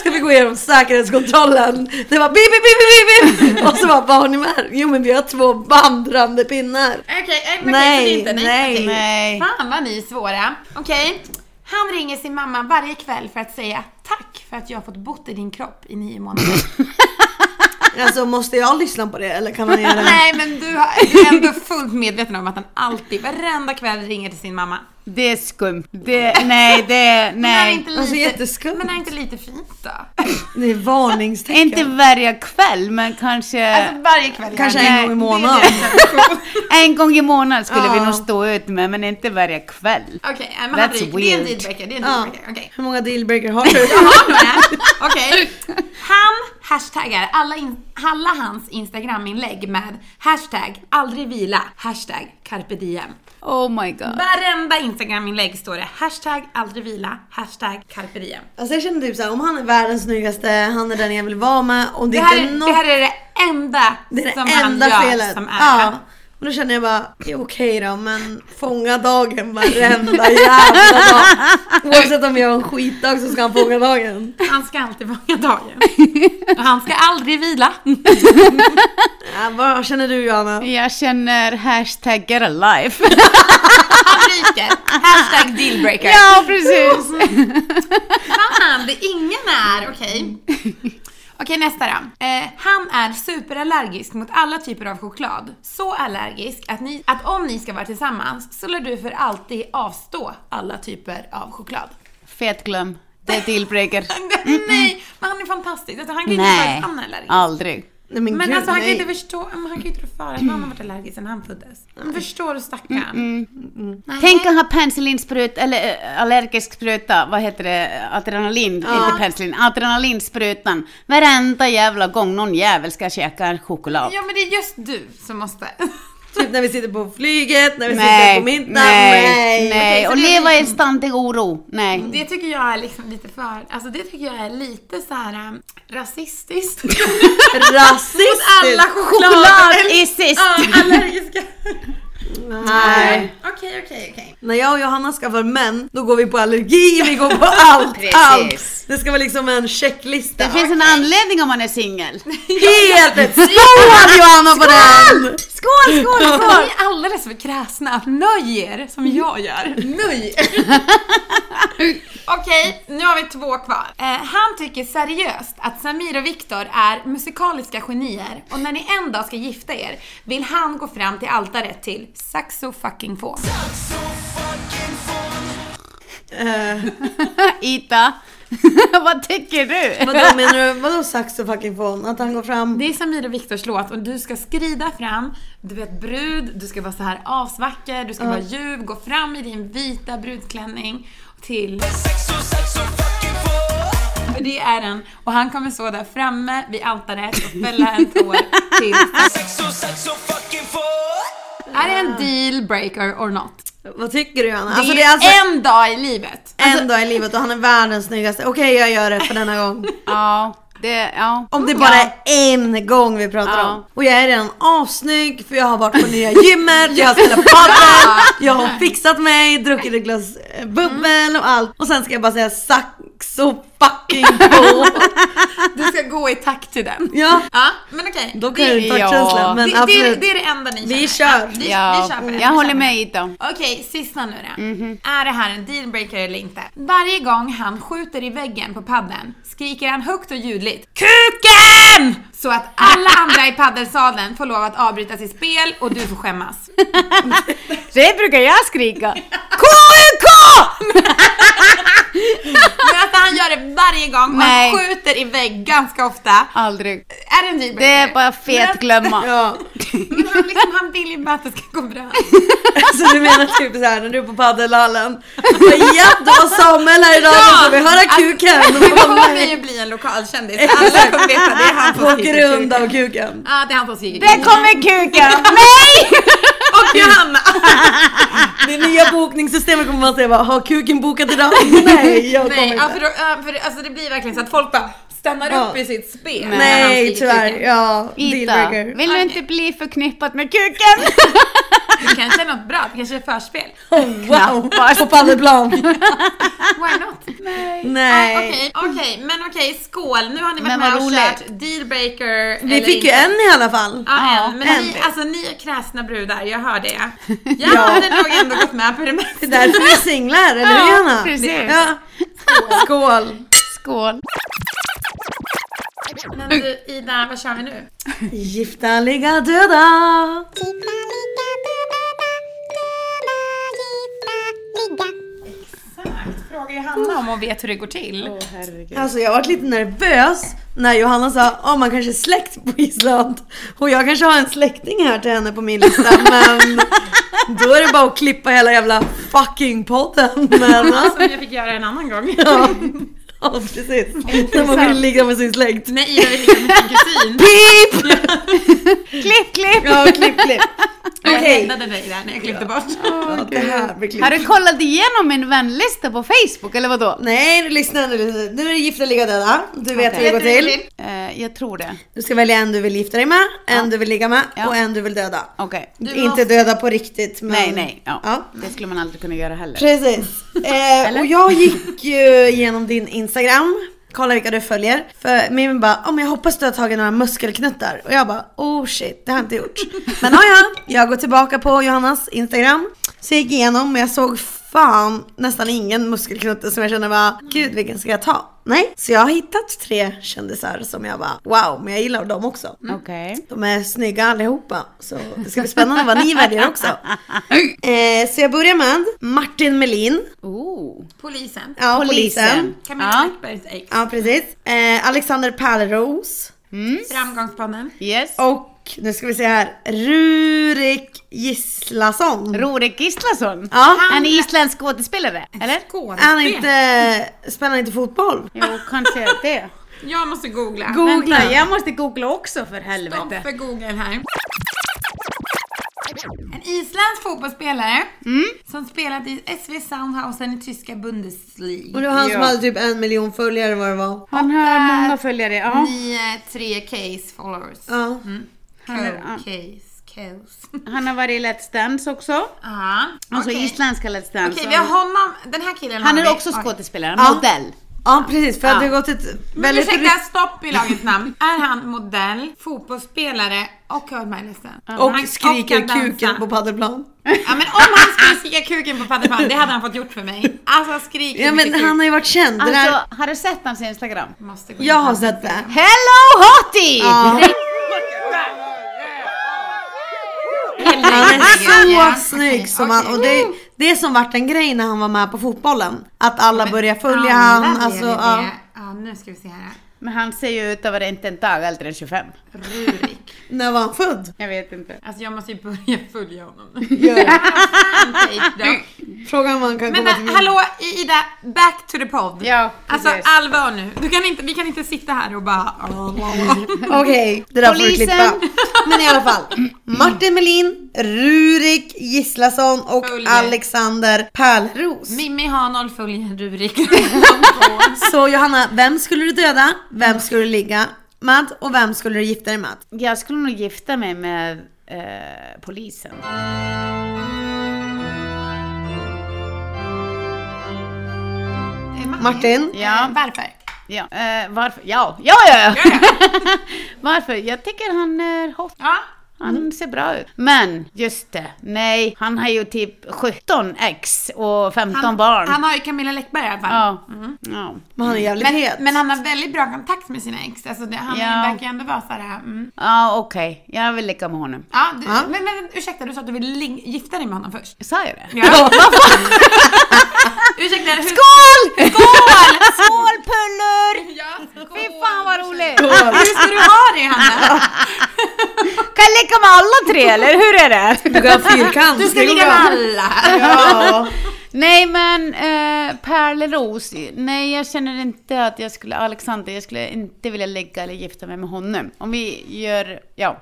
S1: ska vi gå igenom säkerhetskontrollen. Det var bip, bip, bip, bip, bip. Och så bara, vad har ni med er? Jo men vi har två vandrande pinnar.
S2: Okej, eh, okay,
S1: Nej,
S2: nej, inte, nej,
S1: nej,
S2: okej.
S9: nej.
S2: Fan vad ni är svåra. Okej. Han ringer sin mamma varje kväll för att säga tack för att jag har fått bott i din kropp i nio månader.
S1: Alltså måste jag lyssna på det eller kan han göra det?
S2: nej men du, har, du är ändå fullt medveten om att han alltid, varenda kväll ringer till sin mamma.
S9: Det är skumt. Det, nej, det är,
S2: Men är
S9: nej.
S2: inte
S1: Alltså,
S2: lite,
S1: jätteskumt.
S2: men är inte lite fint då?
S1: Det är varningstecken.
S9: Inte varje kväll, men kanske
S2: Alltså varje kväll.
S1: Kanske
S2: gärna.
S1: en gång i månaden.
S2: Det är deras relation.
S9: en gång i månaden skulle vi
S1: Ja.
S9: nog stå ut med, men inte varje kväll.
S2: Okej, nej, men han
S9: That's
S2: ringer. Det är en
S9: weird.
S2: dealbreaker. Det är en
S1: Ja.
S2: dealbreaker. Okej.
S1: Hur många dealbreaker har du?
S2: Har du det? Okej. Han hashtaggar alla, in, alla hans Instagram-inlägg med hashtag aldrig vila, hashtag carpe diem.
S9: Oh my god.
S2: Varenda Instagram-inlägg står det hashtag aldrig vila, hashtag carpe diem.
S1: Alltså jag känner typ såhär, om han är världens snyggaste, han är den jag vill vara med. Om det,
S2: Det här,
S1: inte är
S2: är-
S1: något,
S2: det här är det enda
S1: det är det
S2: som
S1: enda
S2: han gör
S1: felet.
S2: som är
S1: ja. Och då känner jag bara, det är okej då men fånga dagen varenda jävla dag. Oavsett om jag har en skitdag så ska han fånga dagen.
S2: Han ska alltid vara dagen. Och han ska aldrig vila.
S1: Ja, vad känner du Johanna?
S9: Jag känner hashtag get alive.
S2: Han ryker. Hashtag dealbreaker.
S9: ja, precis.
S2: Fan, det ingen är. Okej. Okej, nästa då. Eh, han är superallergisk mot alla typer av choklad. Så allergisk att, ni, att om ni ska vara tillsammans så lär du för alltid avstå alla typer av choklad.
S9: Fet glöm. Det är dealbreaker.
S2: nej, men han är fantastisk. Alltså, han kan ju inte
S9: Nej,
S2: förstå att han är allergisk.
S9: aldrig.
S1: Nej, men
S2: Men
S1: gud,
S2: alltså han kan
S1: nej.
S2: ju inte förstå, men han kan ju inte förstå att han har varit allergisk sedan han föddes. Han förstår du stackarn. Nej.
S9: Tänk att ha penicillinspruta, eller äh, allergisk spruta, vad heter det, adrenalin, inte penicillin, adrenalinsprutan. Varenda jävla gång någon jävel ska käka en choklad.
S2: Ja men det är just du som måste.
S1: Typ när vi sitter på flyget, när vi sitter
S9: Nej,
S1: på middag.
S9: nej, nej.
S2: så
S9: Och
S2: det- liksom-
S9: leva i ständig oro. Nej.
S2: Det tycker jag är liksom lite för, alltså det tycker jag är lite så här um, rasistiskt.
S1: Rasistiskt!
S2: Alla choklad!
S9: Choklad är sist.
S2: Ja, allergiska.
S1: Nej.
S2: Okej, okej, okej.
S1: När jag och Johanna skaffar män, då går vi på allergi, vi går på allt, allt!
S9: Precis.
S1: Det ska vara liksom en checklista.
S9: Det finns en anledning om man är singel.
S1: Helt rätt! Skål Johanna på den!
S2: Skål, skål, skål! Ni är alldeles för kräsna. Nöj er som jag gör. Nöj er! Okej, nu har vi två kvar. Eh, han tycker seriöst att Samir och Viktor är musikaliska genier och när ni en dag ska gifta er vill han gå fram till altaret till Saxo fucking få.
S1: Eh.
S9: Ita, Vad tycker du?
S1: Vadå menar du? Vadå sax och fucking fon? Att han går fram?
S2: Det är Samir och Viktors låt och du ska skrida fram, du vet brud, du ska vara så här asvacker, du ska
S1: Ja.
S2: vara ljuv, gå fram i din vita brudklänning till... För Det är den. Och han kommer stå där framme vid altaret och fälla en tår till... Är det en deal breaker or not?
S1: Vad tycker du Anna?
S2: Det
S1: Alltså,
S2: är,
S1: det är alltså-
S2: en alltså- dag i livet.
S1: En dag i livet och han är världens snyggaste. Okej jag gör det för denna gång.
S9: Ja, det, ja.
S1: Om det bara är en gång vi pratar
S9: Ja.
S1: om. Och jag är redan assnygg för jag har varit på nya gymmet, jag har spelat padel, jag har fixat mig, druckit ett glas eh, bubbel och allt. Och sen ska jag bara säga sax och fucking på.
S2: Du ska gå i takt till den.
S1: Ja.
S2: ja men okej.
S1: Då kan jag ju ta
S2: Ja.
S1: känslan, men
S2: det, det, är,
S1: absolut.
S2: det är det enda ni
S1: Vi
S2: känner.
S1: kör.
S2: Ja, vi,
S9: Ja.
S2: vi kör på det.
S9: Jag
S2: Vi kör
S9: håller
S2: på
S9: med
S2: det.
S9: Ida.
S2: Okej, sista nu då.
S9: Mhm.
S2: Är det här en dealbreaker eller inte? Varje gång han skjuter i väggen på padden skriker han högt och ljudligt KUKEN! Så att alla andra i paddelsalen får lov att avbryta sitt spel och du får skämmas.
S9: Det brukar jag skrika.
S2: KUK! Men alltså han gör det varje gång och
S9: Nej.
S2: han skjuter i vägg ganska ofta.
S9: Aldrig.
S2: Är det en dealbreaker?
S9: Det är bara fet glömma.
S1: Ja.
S2: Men han, liksom, han vill ju bara att det ska gå bra.
S9: Alltså,
S1: Så du menar typ såhär när du är på padelhallen. Ja, då var Samuel här idag, då får vi höra kuken.
S2: Nu kommer Alltså, vi ju bli en lokalkändis. Alla kommer veta det är han som skriker
S1: Åker
S2: kuken.
S1: undan kuken.
S2: Ja, det är han som skriker
S9: Där kommer kuken! Nej!
S2: Och Johanna!
S1: Det nya bokningssystemet kommer man säga bara, har kuken bokat idag? Nej, jag kommer
S2: Nej, ja, för,
S1: inte.
S2: då, ja, för alltså, det blir verkligen så att folk bara stannar
S1: Ja.
S2: upp i sitt spel. när han
S1: Nej,
S2: skriker
S1: tyvärr.
S2: kuken.
S1: Ja,
S9: Ida,
S1: dealbreaker.
S9: vill du inte bli förknippat med kuken?
S2: Det kanske är något bra, det kanske är förspel.
S1: Wow, på padelplan.
S2: Why not? Nej.
S1: Nej.
S2: Ah, Okej, okej, men okej, skål. Nu har ni varit
S9: Men
S2: med
S9: vad
S2: och
S9: roligt.
S2: kört dealbreaker
S1: Vi fick ju en i alla fall.
S2: Ja,
S9: Ja,
S2: en. Men
S1: en.
S2: Ni, alltså ni är kräsna brudar, jag hör det. Jag hade nog ändå gått med på det
S1: Det är
S2: mesta.
S1: därför vi är singlar, eller hur
S9: Ja,
S1: Johanna?
S9: precis.
S1: Ja. Skål!
S9: Skål.
S2: Men du Ida, vad kör vi nu?
S1: Gifta, ligga, döda!
S2: Exakt, fråga Johanna om hon vet hur det går till.
S1: Alltså jag varit lite nervös när Johanna sa att man kanske är släkt på Island. Och jag kanske har en släkting här till henne på min lista men då är det bara att klippa hela jävla fucking podden. Men, ja.
S2: Som jag fick göra en annan gång.
S1: ja precis. När man vill ligga med sin släkt.
S2: När Ida vill ligga med sin kusin.
S1: Pip!
S9: Klipp, klipp!
S1: Ja klipp klipp.
S2: Jag
S1: Okej.
S2: räddade dig där när jag klippte bort.
S1: Ja, det här blir klipp.
S9: Har du kollat igenom min vänlista på Facebook eller vadå?
S1: Nej nu lyssna nu. lyssna. Nu är det gifta ligga döda. Du vet hur det går till.
S9: Eh, jag tror det.
S1: Du ska välja en du vill gifta dig med, en du vill ligga med
S9: Ja.
S1: och en du vill döda.
S9: Okej.
S1: Inte döda på riktigt men...
S9: Nej, nej. Ja.
S1: ja.
S9: Det skulle man aldrig kunna göra heller.
S1: Precis. Eh, och jag gick ju igenom din Instagram, kollade vilka du följer. För Mimmi bara, oh, men jag hoppas du har tagit några muskelknuttar. Och jag bara, oh shit, det har jag inte gjort. Men ja, ja, jag går tillbaka på Johannas Instagram. Så jag gick igenom och jag såg fan nästan ingen muskelknutte som jag kände bara, gud vilken ska jag ta? Nej, så jag har hittat tre kändisar som jag bara, wow, men jag gillar dem också.
S9: Okej.
S1: De är snygga allihopa, så det ska bli spännande vad ni väljer också. Eh, så jag börjar med Martin Melin. Mm.
S9: Oh.
S2: Polisen.
S1: Ja, polisen.
S9: Polisen.
S2: Camilla
S9: Ja.
S2: Läckbergs ex.
S1: Ja, precis. Eh, Alexander Pärleros.
S2: Framgångspodden.
S9: Mm. Yes.
S1: Och nu ska vi se här. Rurik Gislason.
S9: Rorik Gislason.
S1: ja.
S9: En isländsk skådespelare, eller?
S2: Skådespel.
S1: Han är inte... Spelar inte fotboll?
S9: Jo, kanske det.
S2: Jag måste googla.
S9: Googla. Jag måste googla också för
S2: Stopp
S9: helvete.
S2: för Google här. En isländsk fotbollsspelare
S9: Mm.
S2: som spelat i SV Sandhausen i tyska
S1: Och
S2: Bundesliga.
S1: det var han som
S9: Ja.
S1: hade typ en miljon följare vad det var.
S9: Han har många följare, ja.
S2: Ni är tre case followers. Mm.
S1: Ja.
S9: är-
S2: Case, case.
S9: Han har varit i Let's Dance också.
S2: Ja,
S9: Alltså
S2: okej.
S9: isländska Let's Dance.
S2: Okej, vi har honom. Den här killen
S9: Han
S2: har
S9: är
S2: vi.
S9: också
S2: Oj.
S9: skådespelare,
S1: Ja.
S9: modell.
S1: Ja, precis. För att det
S2: Ja.
S1: har gått ett
S2: Men
S1: väldigt...
S2: ursäkta, stopp i lagens namn. Är han modell, fotbollsspelare och har varit med i Let's Dance? Han-
S1: Och skriker
S2: kan dansa.
S1: kuken på paddelplan.
S2: Ja men om han skulle skrika kuken på padelplan, det hade han fått gjort för mig. Alltså han skriker
S1: Ja, men
S2: inte kuk.
S1: han har ju varit känd. Det där...
S9: Alltså, har du sett hans Instagram?
S2: Måste gå in
S1: Jag
S2: på
S1: har
S2: hans
S1: sett
S2: Instagram.
S1: det.
S9: Hello Hottie!
S1: Ja. Han är så
S2: Ja,
S1: snygg som han, och det, Det som vart en grej när han var med på fotbollen. Att alla började följa
S9: alla
S1: han.
S9: blev
S1: Alltså,
S9: det.
S1: ja.
S2: Ja, nu ska vi se här.
S9: Men han ser ju ut att vara inte en dag äldre än 25.
S2: Rurik.
S1: När var han född?
S9: Jag vet inte.
S2: Alltså jag måste ju börja följa honom.
S1: Frågan om han kan
S2: Men
S1: komma till
S2: äh,
S1: min...
S2: hallå Ida, back to the pod.
S9: Ja,
S2: alltså
S9: precis.
S2: allvar nu. Du kan inte, vi kan inte sitta här och bara... "Ah."
S1: Okej, det där får du klippa. Men i alla fall. Martin Melin, Rurik Gislason och Alexander Pärlros.
S2: Mimmi har noll följer Rurik.
S1: Så Johanna, vem skulle du döda? Vem skulle du ligga med? Och vem skulle du gifta dig med?
S9: Jag skulle nog gifta mig med eh, polisen.
S1: Martin?
S9: Ja.
S2: Varför?
S9: Ja. Eh, varför? Ja, ja, ja! ja. varför? Jag tycker han är hot. Han ser bra ut. Men, just det. Nej, han har ju typ 17 ex och 15
S2: Han-
S9: barn.
S2: Han har Mhm. ju Camilla Läckberg i alla fall.
S9: Ja. ja.
S1: Men han är jävligt
S2: men,
S1: het.
S2: Men han har väldigt bra kontakt med sina ex. Alltså det, han
S9: Ja.
S2: verkar ju ändå vara såhär... Mm.
S9: Ja, okej. Jag vill ligga med honom.
S2: Ja, du, Men, men ursäkta, du sa att du ville ling- gifta dig med honom först.
S9: Sa jag det?
S2: Ja. ursäkta, hur...
S9: Skål! Skål! Skål pullor!
S2: Ja,
S9: Fy fan vad roligt!
S2: Skål. Hur ska du ha det Hanna?
S9: Kan jag leka med alla tre eller hur är det?
S1: Du kan ha fyrkant.
S2: Du ska
S1: Det går
S2: ligga med
S1: bra.
S2: alla.
S1: Ja.
S9: Nej men eh, Pärleros, nej jag känner inte att jag skulle, Alexander, jag skulle inte vilja lägga eller gifta mig med honom. Om vi gör, ja,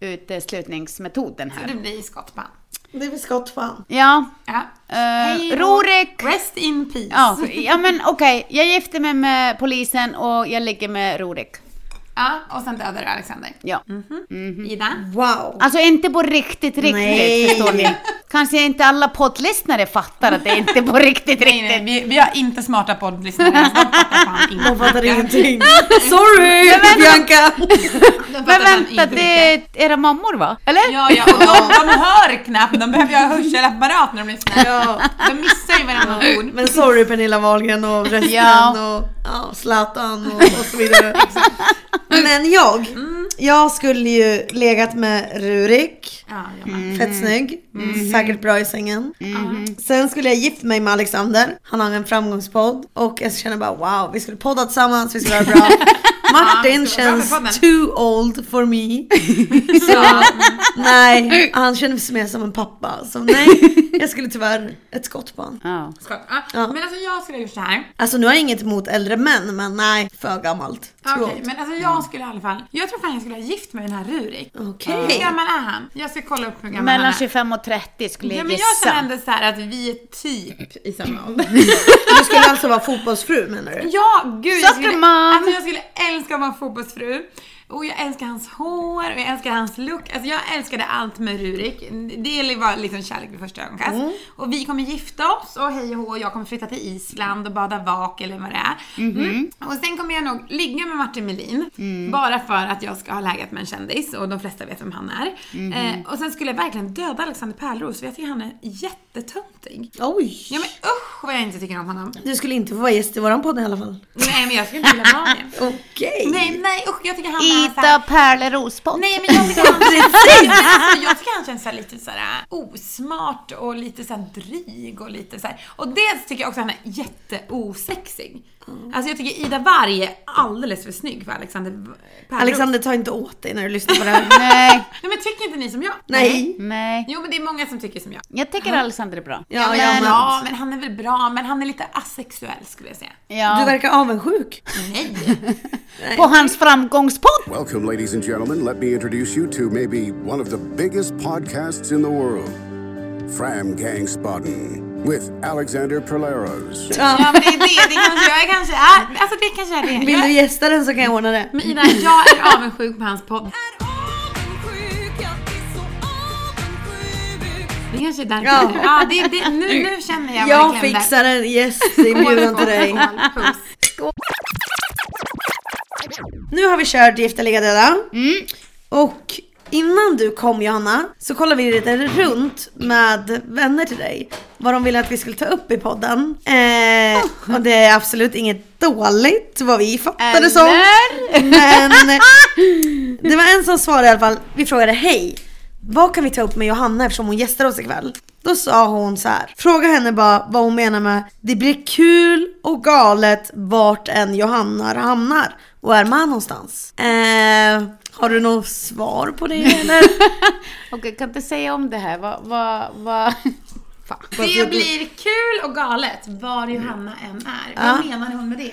S9: uteslutningsmetoden
S2: Så det
S9: här.
S2: blir skottband.
S1: Det är väl skottfan.
S9: Ja,
S2: Ja.
S9: eh, Rorek.
S2: Rest in peace.
S9: Ja, ja men okej, jag gifter mig med polisen och jag ligger med Rorek.
S2: Ja, och sen dödar du Alexander.
S9: Ja.
S2: Mhm. Ida?
S1: Wow.
S9: Alltså inte på riktigt, riktigt
S1: Nej.
S9: förstår ni. Kanske inte alla poddlyssnare fattar att det är inte på riktigt,
S2: Nej,
S9: riktigt.
S2: nej, vi, vi har inte smarta poddlyssnare. De fattar fan ingenting.
S1: De fattar ingenting. Sorry Bianca!
S2: De
S9: Men
S2: fattar fan
S9: vänta,
S2: ingenting.
S9: det är era mammor va? Eller?
S2: Ja, ja, och de, de hör knappt. De behöver ju ha hörselapparat när de lyssnar.
S1: Ja.
S2: De missar ju varenda ord.
S1: Men sorry Pernilla Wahlgren och resten
S9: Ja.
S1: och ja, Zlatan och, och så vidare. Men jag, jag skulle ju legat med Rurik. Mm.
S2: Ja, jag med. Mm.
S1: Fett snygg. Säkert bra i sängen. Sen skulle jag gift mig med Alexander. Han har en framgångspodd. Och jag känner bara wow, vi skulle podda tillsammans, vi skulle ha det bra. Martin
S2: det skulle vara bra
S1: känns
S2: för podden.
S1: too old for me. Så nej, han känns mer som en pappa. Så nej, jag skulle tyvärr ett skott på honom.
S9: Ja.
S2: Skott. Ja.
S1: Ja.
S2: Men alltså jag skulle ha gjort så här.
S1: Alltså nu har jag inget emot äldre män, men nej, för gammalt. Too
S2: Okej,
S1: old.
S2: men alltså jag skulle i alla fall. Jag tror fan jag skulle ha gift mig med den här Rurik.
S1: Okej.
S2: Hur gammal är han? Jag ska kolla upp hur gammal han
S9: Mellan
S2: är.
S9: 25 och 30 skulle
S2: Ja,
S9: jag
S2: men jag
S9: gissa.
S2: känner ändå så här att vi är typ i samma ålder.
S1: Du skulle alltså vara fotbollsfru menar du?
S2: Ja, gud jag
S9: Sucker
S2: skulle,
S9: mom.
S2: alltså jag skulle älska att vara fotbollsfru. Och jag älskar hans hår och jag älskar hans look. Alltså jag älskade allt med Rurik. Det var liksom kärlek vid första ögonkast. Och vi kommer gifta oss och hej och hå, jag kommer flytta till Island och bada vak eller vad det är. Mm. Och sen kommer jag nog ligga med Martin Melin. Bara för att jag ska ha läget med en kändis och de flesta vet vem han är. Eh, och sen skulle jag verkligen döda Alexander Pärleros för jag tycker han är jättetöntig.
S1: Oj!
S2: Ja men usch vad jag inte tycker om honom.
S1: Du skulle inte få vara gäst i våran podd i alla fall.
S2: Nej men jag skulle inte vilja vara med.
S1: Okej!
S2: Nej, nej usch, jag tycker han är
S9: Ida
S2: såhär...
S9: Pärlerospott.
S2: Nej men jag tycker han känns... jag tycker han känns såhär lite såhär osmart och lite såhär dryg och lite såhär... Och dels tycker jag också att han är jätteosexig.
S1: Mm.
S2: Alltså jag tycker Ida Warg är alldeles för snygg för Alexander Pärleros.
S1: Alexander, ta inte åt dig när du lyssnar på det här.
S9: Nej.
S2: Nej men tycker inte ni som jag?
S1: Nej!
S9: Nej.
S2: Jo men det är många som tycker som jag.
S9: Jag tycker Alexander är bra.
S1: Ja,
S2: men,
S1: jag med.
S2: ja, men han är väl bra, men han är lite asexuell skulle jag säga.
S1: Du
S9: Ja.
S1: verkar avundsjuk.
S2: Nej!
S9: På hans framgångspodd.
S3: Welcome, ladies and gentlemen. Let me introduce you to maybe one of the biggest podcasts in the world Fram Gang Spotting with Alexander Perleros.
S2: Ja men det är det, det kanske jag kanske är. Alltså det kanske är det.
S1: Vill
S2: Jag-
S1: du gästa den så kan jag ordna det.
S2: Men Ida, jag är avundsjuk på hans podd. Det kanske är därför.
S1: Ja.
S2: Ja, det, det, nu, nu känner jag
S1: Jag
S2: verkligen det.
S1: fixar en gästinbjudan till dig.
S2: Skål, puss.
S1: Nu har vi kört Gifta ligga döda. Och innan du kom Johanna så kollade vi lite runt med vänner till dig. Vad de ville att vi skulle ta upp i podden. Eh, och det är absolut inget dåligt vad vi fattade som.
S9: Eller?
S1: Men det var en som svarade i alla fall. Vi frågade hej. Vad kan vi ta upp med Johanna eftersom hon gästar oss ikväll? Då sa hon så här. Fråga henne bara vad hon menar med det blir kul och galet vart än Johanna hamnar. Och är man någonstans? Eh, har du något svar på det eller?
S9: Okej, kan inte säga om det här. Vad, vad, vad...
S2: Det blir kul och galet var Johanna än är.
S1: Ja.
S2: Vad menar hon med det?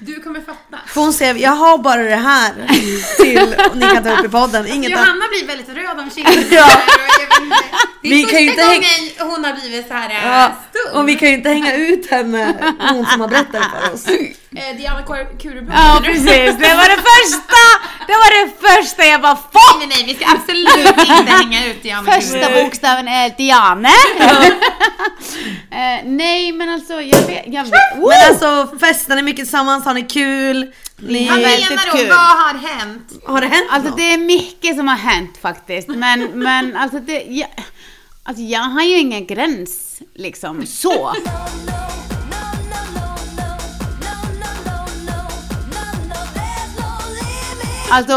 S2: Du kommer fatta.
S1: För hon säger, jag har bara det här till och ni kan ta upp i podden. Inget annat.
S2: Johanna blir väldigt röd om kinden.
S1: Ja.
S2: Det är
S1: Vi
S2: första
S1: kan ju inte
S2: gången hon har blivit så här eh,
S1: Ja,
S2: stum.
S1: och vi kan ju inte hänga ut henne, hon som har berättat det för oss.
S2: Eh, Diana Kor- Kurubö.
S9: Ja, precis. Det var det första! Det var det första jag bara FAN!
S2: Nej, nej, vi ska absolut inte hänga ut Diana
S9: Första
S2: Kurubö.
S9: bokstaven är Diane. Eh, nej, men alltså jag vet... Jag vet. Wow!
S1: Men alltså festar ni mycket tillsammans, har ni kul? Ni
S9: Vad menar du? Vad
S2: har hänt?
S1: Har det hänt
S9: Alltså
S1: något?
S9: det är mycket som har hänt faktiskt. Men, men alltså det... Jag, alltså jag har ju ingen gräns liksom så. Alltså...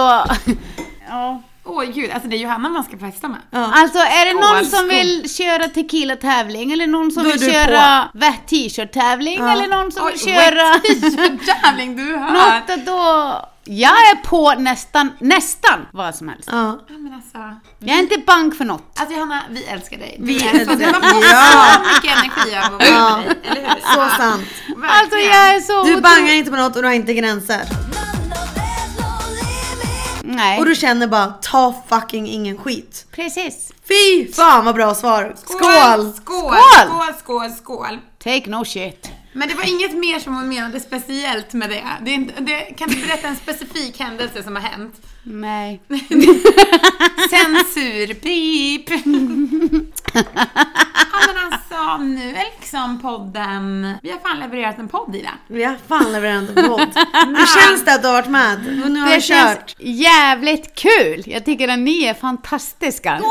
S9: Ja.
S2: Åh gud, alltså det är Johanna man ska festa med.
S9: Alltså är det någon
S2: Skål,
S9: som
S2: skål.
S9: vill köra tequila tävling eller någon som
S2: Då är
S9: vill
S2: du
S9: köra wet t-shirt tävling
S2: Ja.
S9: eller någon som
S2: Oj,
S9: vill köra
S2: wet t-shirt tävling du hör.
S9: något att då... Jag är på nästan, nästan vad som helst.
S2: Ja, men alltså.
S9: Jag är inte bank för något.
S2: Alltså Johanna, vi älskar dig. Du
S9: Vi
S2: är så-
S9: älskar
S2: Du har
S9: dig.
S2: fått
S9: Ja.
S2: så mycket energi av att vara
S1: Ja.
S2: med dig, eller hur?
S1: Så sant.
S2: Verkligen.
S9: Alltså,
S1: Du bangar inte på något och du har inte gränser.
S9: Nej.
S1: Och du känner bara, ta fucking ingen skit.
S9: Precis.
S1: Fy fan vad bra svar. Skål!
S2: Skål! Skål! Skål! Skål! skål.
S9: Take no shit.
S2: Men det var inget mer som hon menade speciellt med det. det, är inte, det kan du berätta en specifik händelse som har hänt?
S9: Nej.
S2: Censurpip! ja men alltså, nu är liksom podden... Vi har fan levererat en podd i det.
S1: Vi har fan levererat en podd. Hur känns det att du har varit med? Och nu har
S9: Det
S1: vi
S9: känns
S1: kört.
S9: jävligt kul. Jag tycker att ni är fantastiska.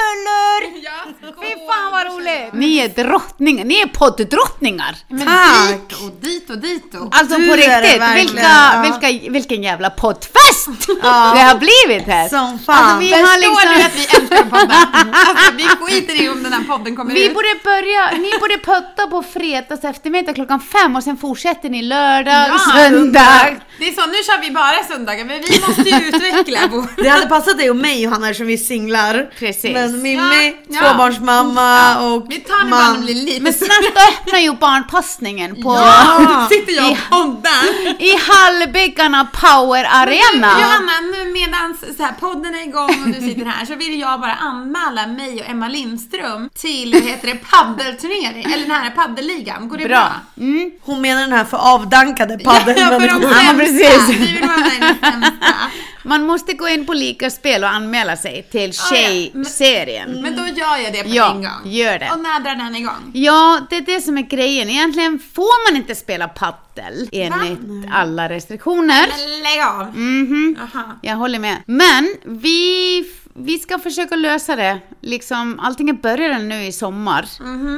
S2: Skålpullor! Ja, skål. Fy fan vad roligt!
S9: Ni är drottningar. Ni är podddrottningar.
S2: Men Dit och dit och dit och.
S9: Alltså
S1: Mm. Du
S9: på
S1: är det
S9: riktigt,
S1: verkligen,
S9: vilka,
S1: ja.
S9: vilka, vilken jävla poddfest
S1: Ja.
S9: det har blivit här!
S1: Som fan.
S9: Alltså, vi, har
S2: Förstår du att
S9: liksom,
S2: vi älskar podden? Alltså vi skiter i om den här podden kommer
S9: vi
S2: ut.
S9: borde börja, ni borde putta på fredags eftermiddag klockan fem och sen fortsätter ni lördag,
S2: Ja,
S9: söndag.
S2: Det är så, nu kör vi bara söndagar men vi måste ju utveckla vår...
S1: Det hade passat dig och mig Johanna eftersom vi är singlar.
S9: Precis.
S1: Men Mimmi,
S2: Ja, ja.
S1: tvåbarnsmamma och
S2: Vi tar nu bara
S1: man.
S2: det blir lite
S9: Men snart öppnar ju barnpassningen på,
S2: Ja, sitter jag
S9: i,
S2: och poddar.
S9: i Hallbäckarna Power
S2: Nu,
S9: Arena.
S2: Johanna, nu medans så här, podden är igång och du sitter här så vill jag bara anmäla mig och Emma Lindström till, vad heter det, paddelturnering, eller den här paddelligan. Går det bra?
S9: Bra. Mm.
S1: Hon menar den här för avdankade paddeln.
S2: Ja, för de sämsta.
S9: Ja, precis.
S2: Vi vill vara med i den sämsta.
S9: Man måste gå in på lika spel och anmäla sig till
S2: ja. Men-
S9: tjejserien.
S2: Men då gör jag det på
S9: Ja,
S2: en gång.
S9: gör det.
S2: Och när drar den igång?
S9: Ja, det är det som är grejen. Egentligen får man inte spela paddel enligt alla restriktioner.
S2: Men lägg av.
S9: Mhm,
S2: Aha.
S9: jag håller med. Men vi, vi ska försöka lösa det. Liksom, allting börjar den nu i sommar.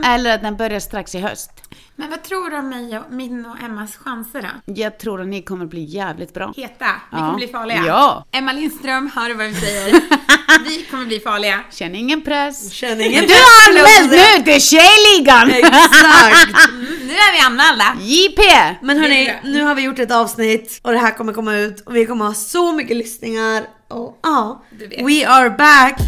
S9: Eller att den börjar strax i höst.
S2: Men vad tror du om mig och, min och Emmas chanser då?
S9: Jag tror att ni kommer bli jävligt bra.
S2: Heta. Vi
S9: Ja.
S2: kommer bli farliga.
S9: Ja.
S2: Emma Lindström, hör du vad vi säger? Vi kommer bli farliga.
S9: Känn ingen press.
S1: Känner
S9: Du
S1: ingen
S9: har anmält nu till Tjejligan!
S1: Exakt.
S2: Mm, Nu är vi anmälda.
S9: JP!
S1: Men
S2: Det är
S1: hörni,
S2: bra.
S1: nu har vi gjort ett avsnitt och det här kommer komma ut och vi kommer ha så mycket lyssningar och ja,
S2: Du vet.
S1: we are back!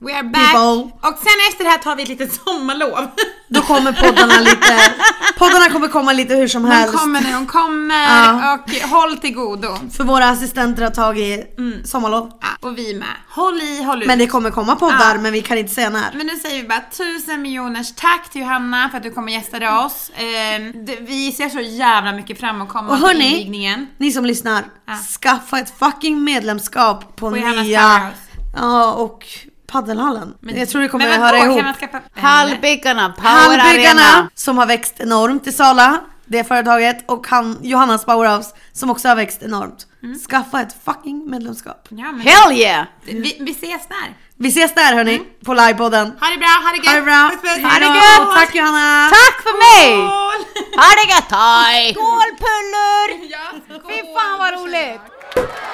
S2: We are back.
S1: People.
S2: Och sen efter det här tar vi ett litet sommarlov.
S1: Då kommer poddarna lite, poddarna kommer komma lite hur som
S2: De
S1: helst.
S2: kommer när de kommer
S1: Ja.
S2: och håll till godo.
S1: För våra assistenter har tagit
S2: Mm.
S1: sommarlov.
S2: Ja, och vi med. Håll i, håll ut.
S1: Men det kommer komma poddar
S2: Ja.
S1: men vi kan inte säga när.
S2: Men nu säger vi bara tusen miljoners tack till Johanna för att du kom och gästade oss. Ehm, det- vi ser så jävla mycket fram emot
S1: Och
S2: komma på
S1: hörni,
S2: invigningen.
S1: ni som lyssnar,
S2: Ja.
S1: skaffa ett fucking medlemskap på
S2: På Johannas
S1: nya
S2: Powerhouse.
S1: ja, och paddelhallen.
S2: Men-
S1: Jag tror det kommer
S2: men
S1: att
S2: vadå,
S1: höra ihop.
S2: Kan man skaffa,
S9: Hallbäckarna Power Arena.
S1: Hallbyggarna som har växt enormt i Sala, det företaget och han, Johannas Powerhouse som också har växt enormt. Skaffa ett fucking medlemskap.
S2: ja, men,
S9: Hell yeah!
S2: vi, vi ses där.
S1: Vi ses där hörni, på livepodden.
S2: Ha det bra, ha det gött.
S1: Ha det bra!
S2: Puss, puss.
S1: Ha det
S2: Hejdå.
S1: gött! Tack Johanna!
S9: Tack för mig!
S2: Skål!
S9: Ha det gött hej! Skål pullor!
S2: Ja, skål.
S9: Fy fan vad roligt!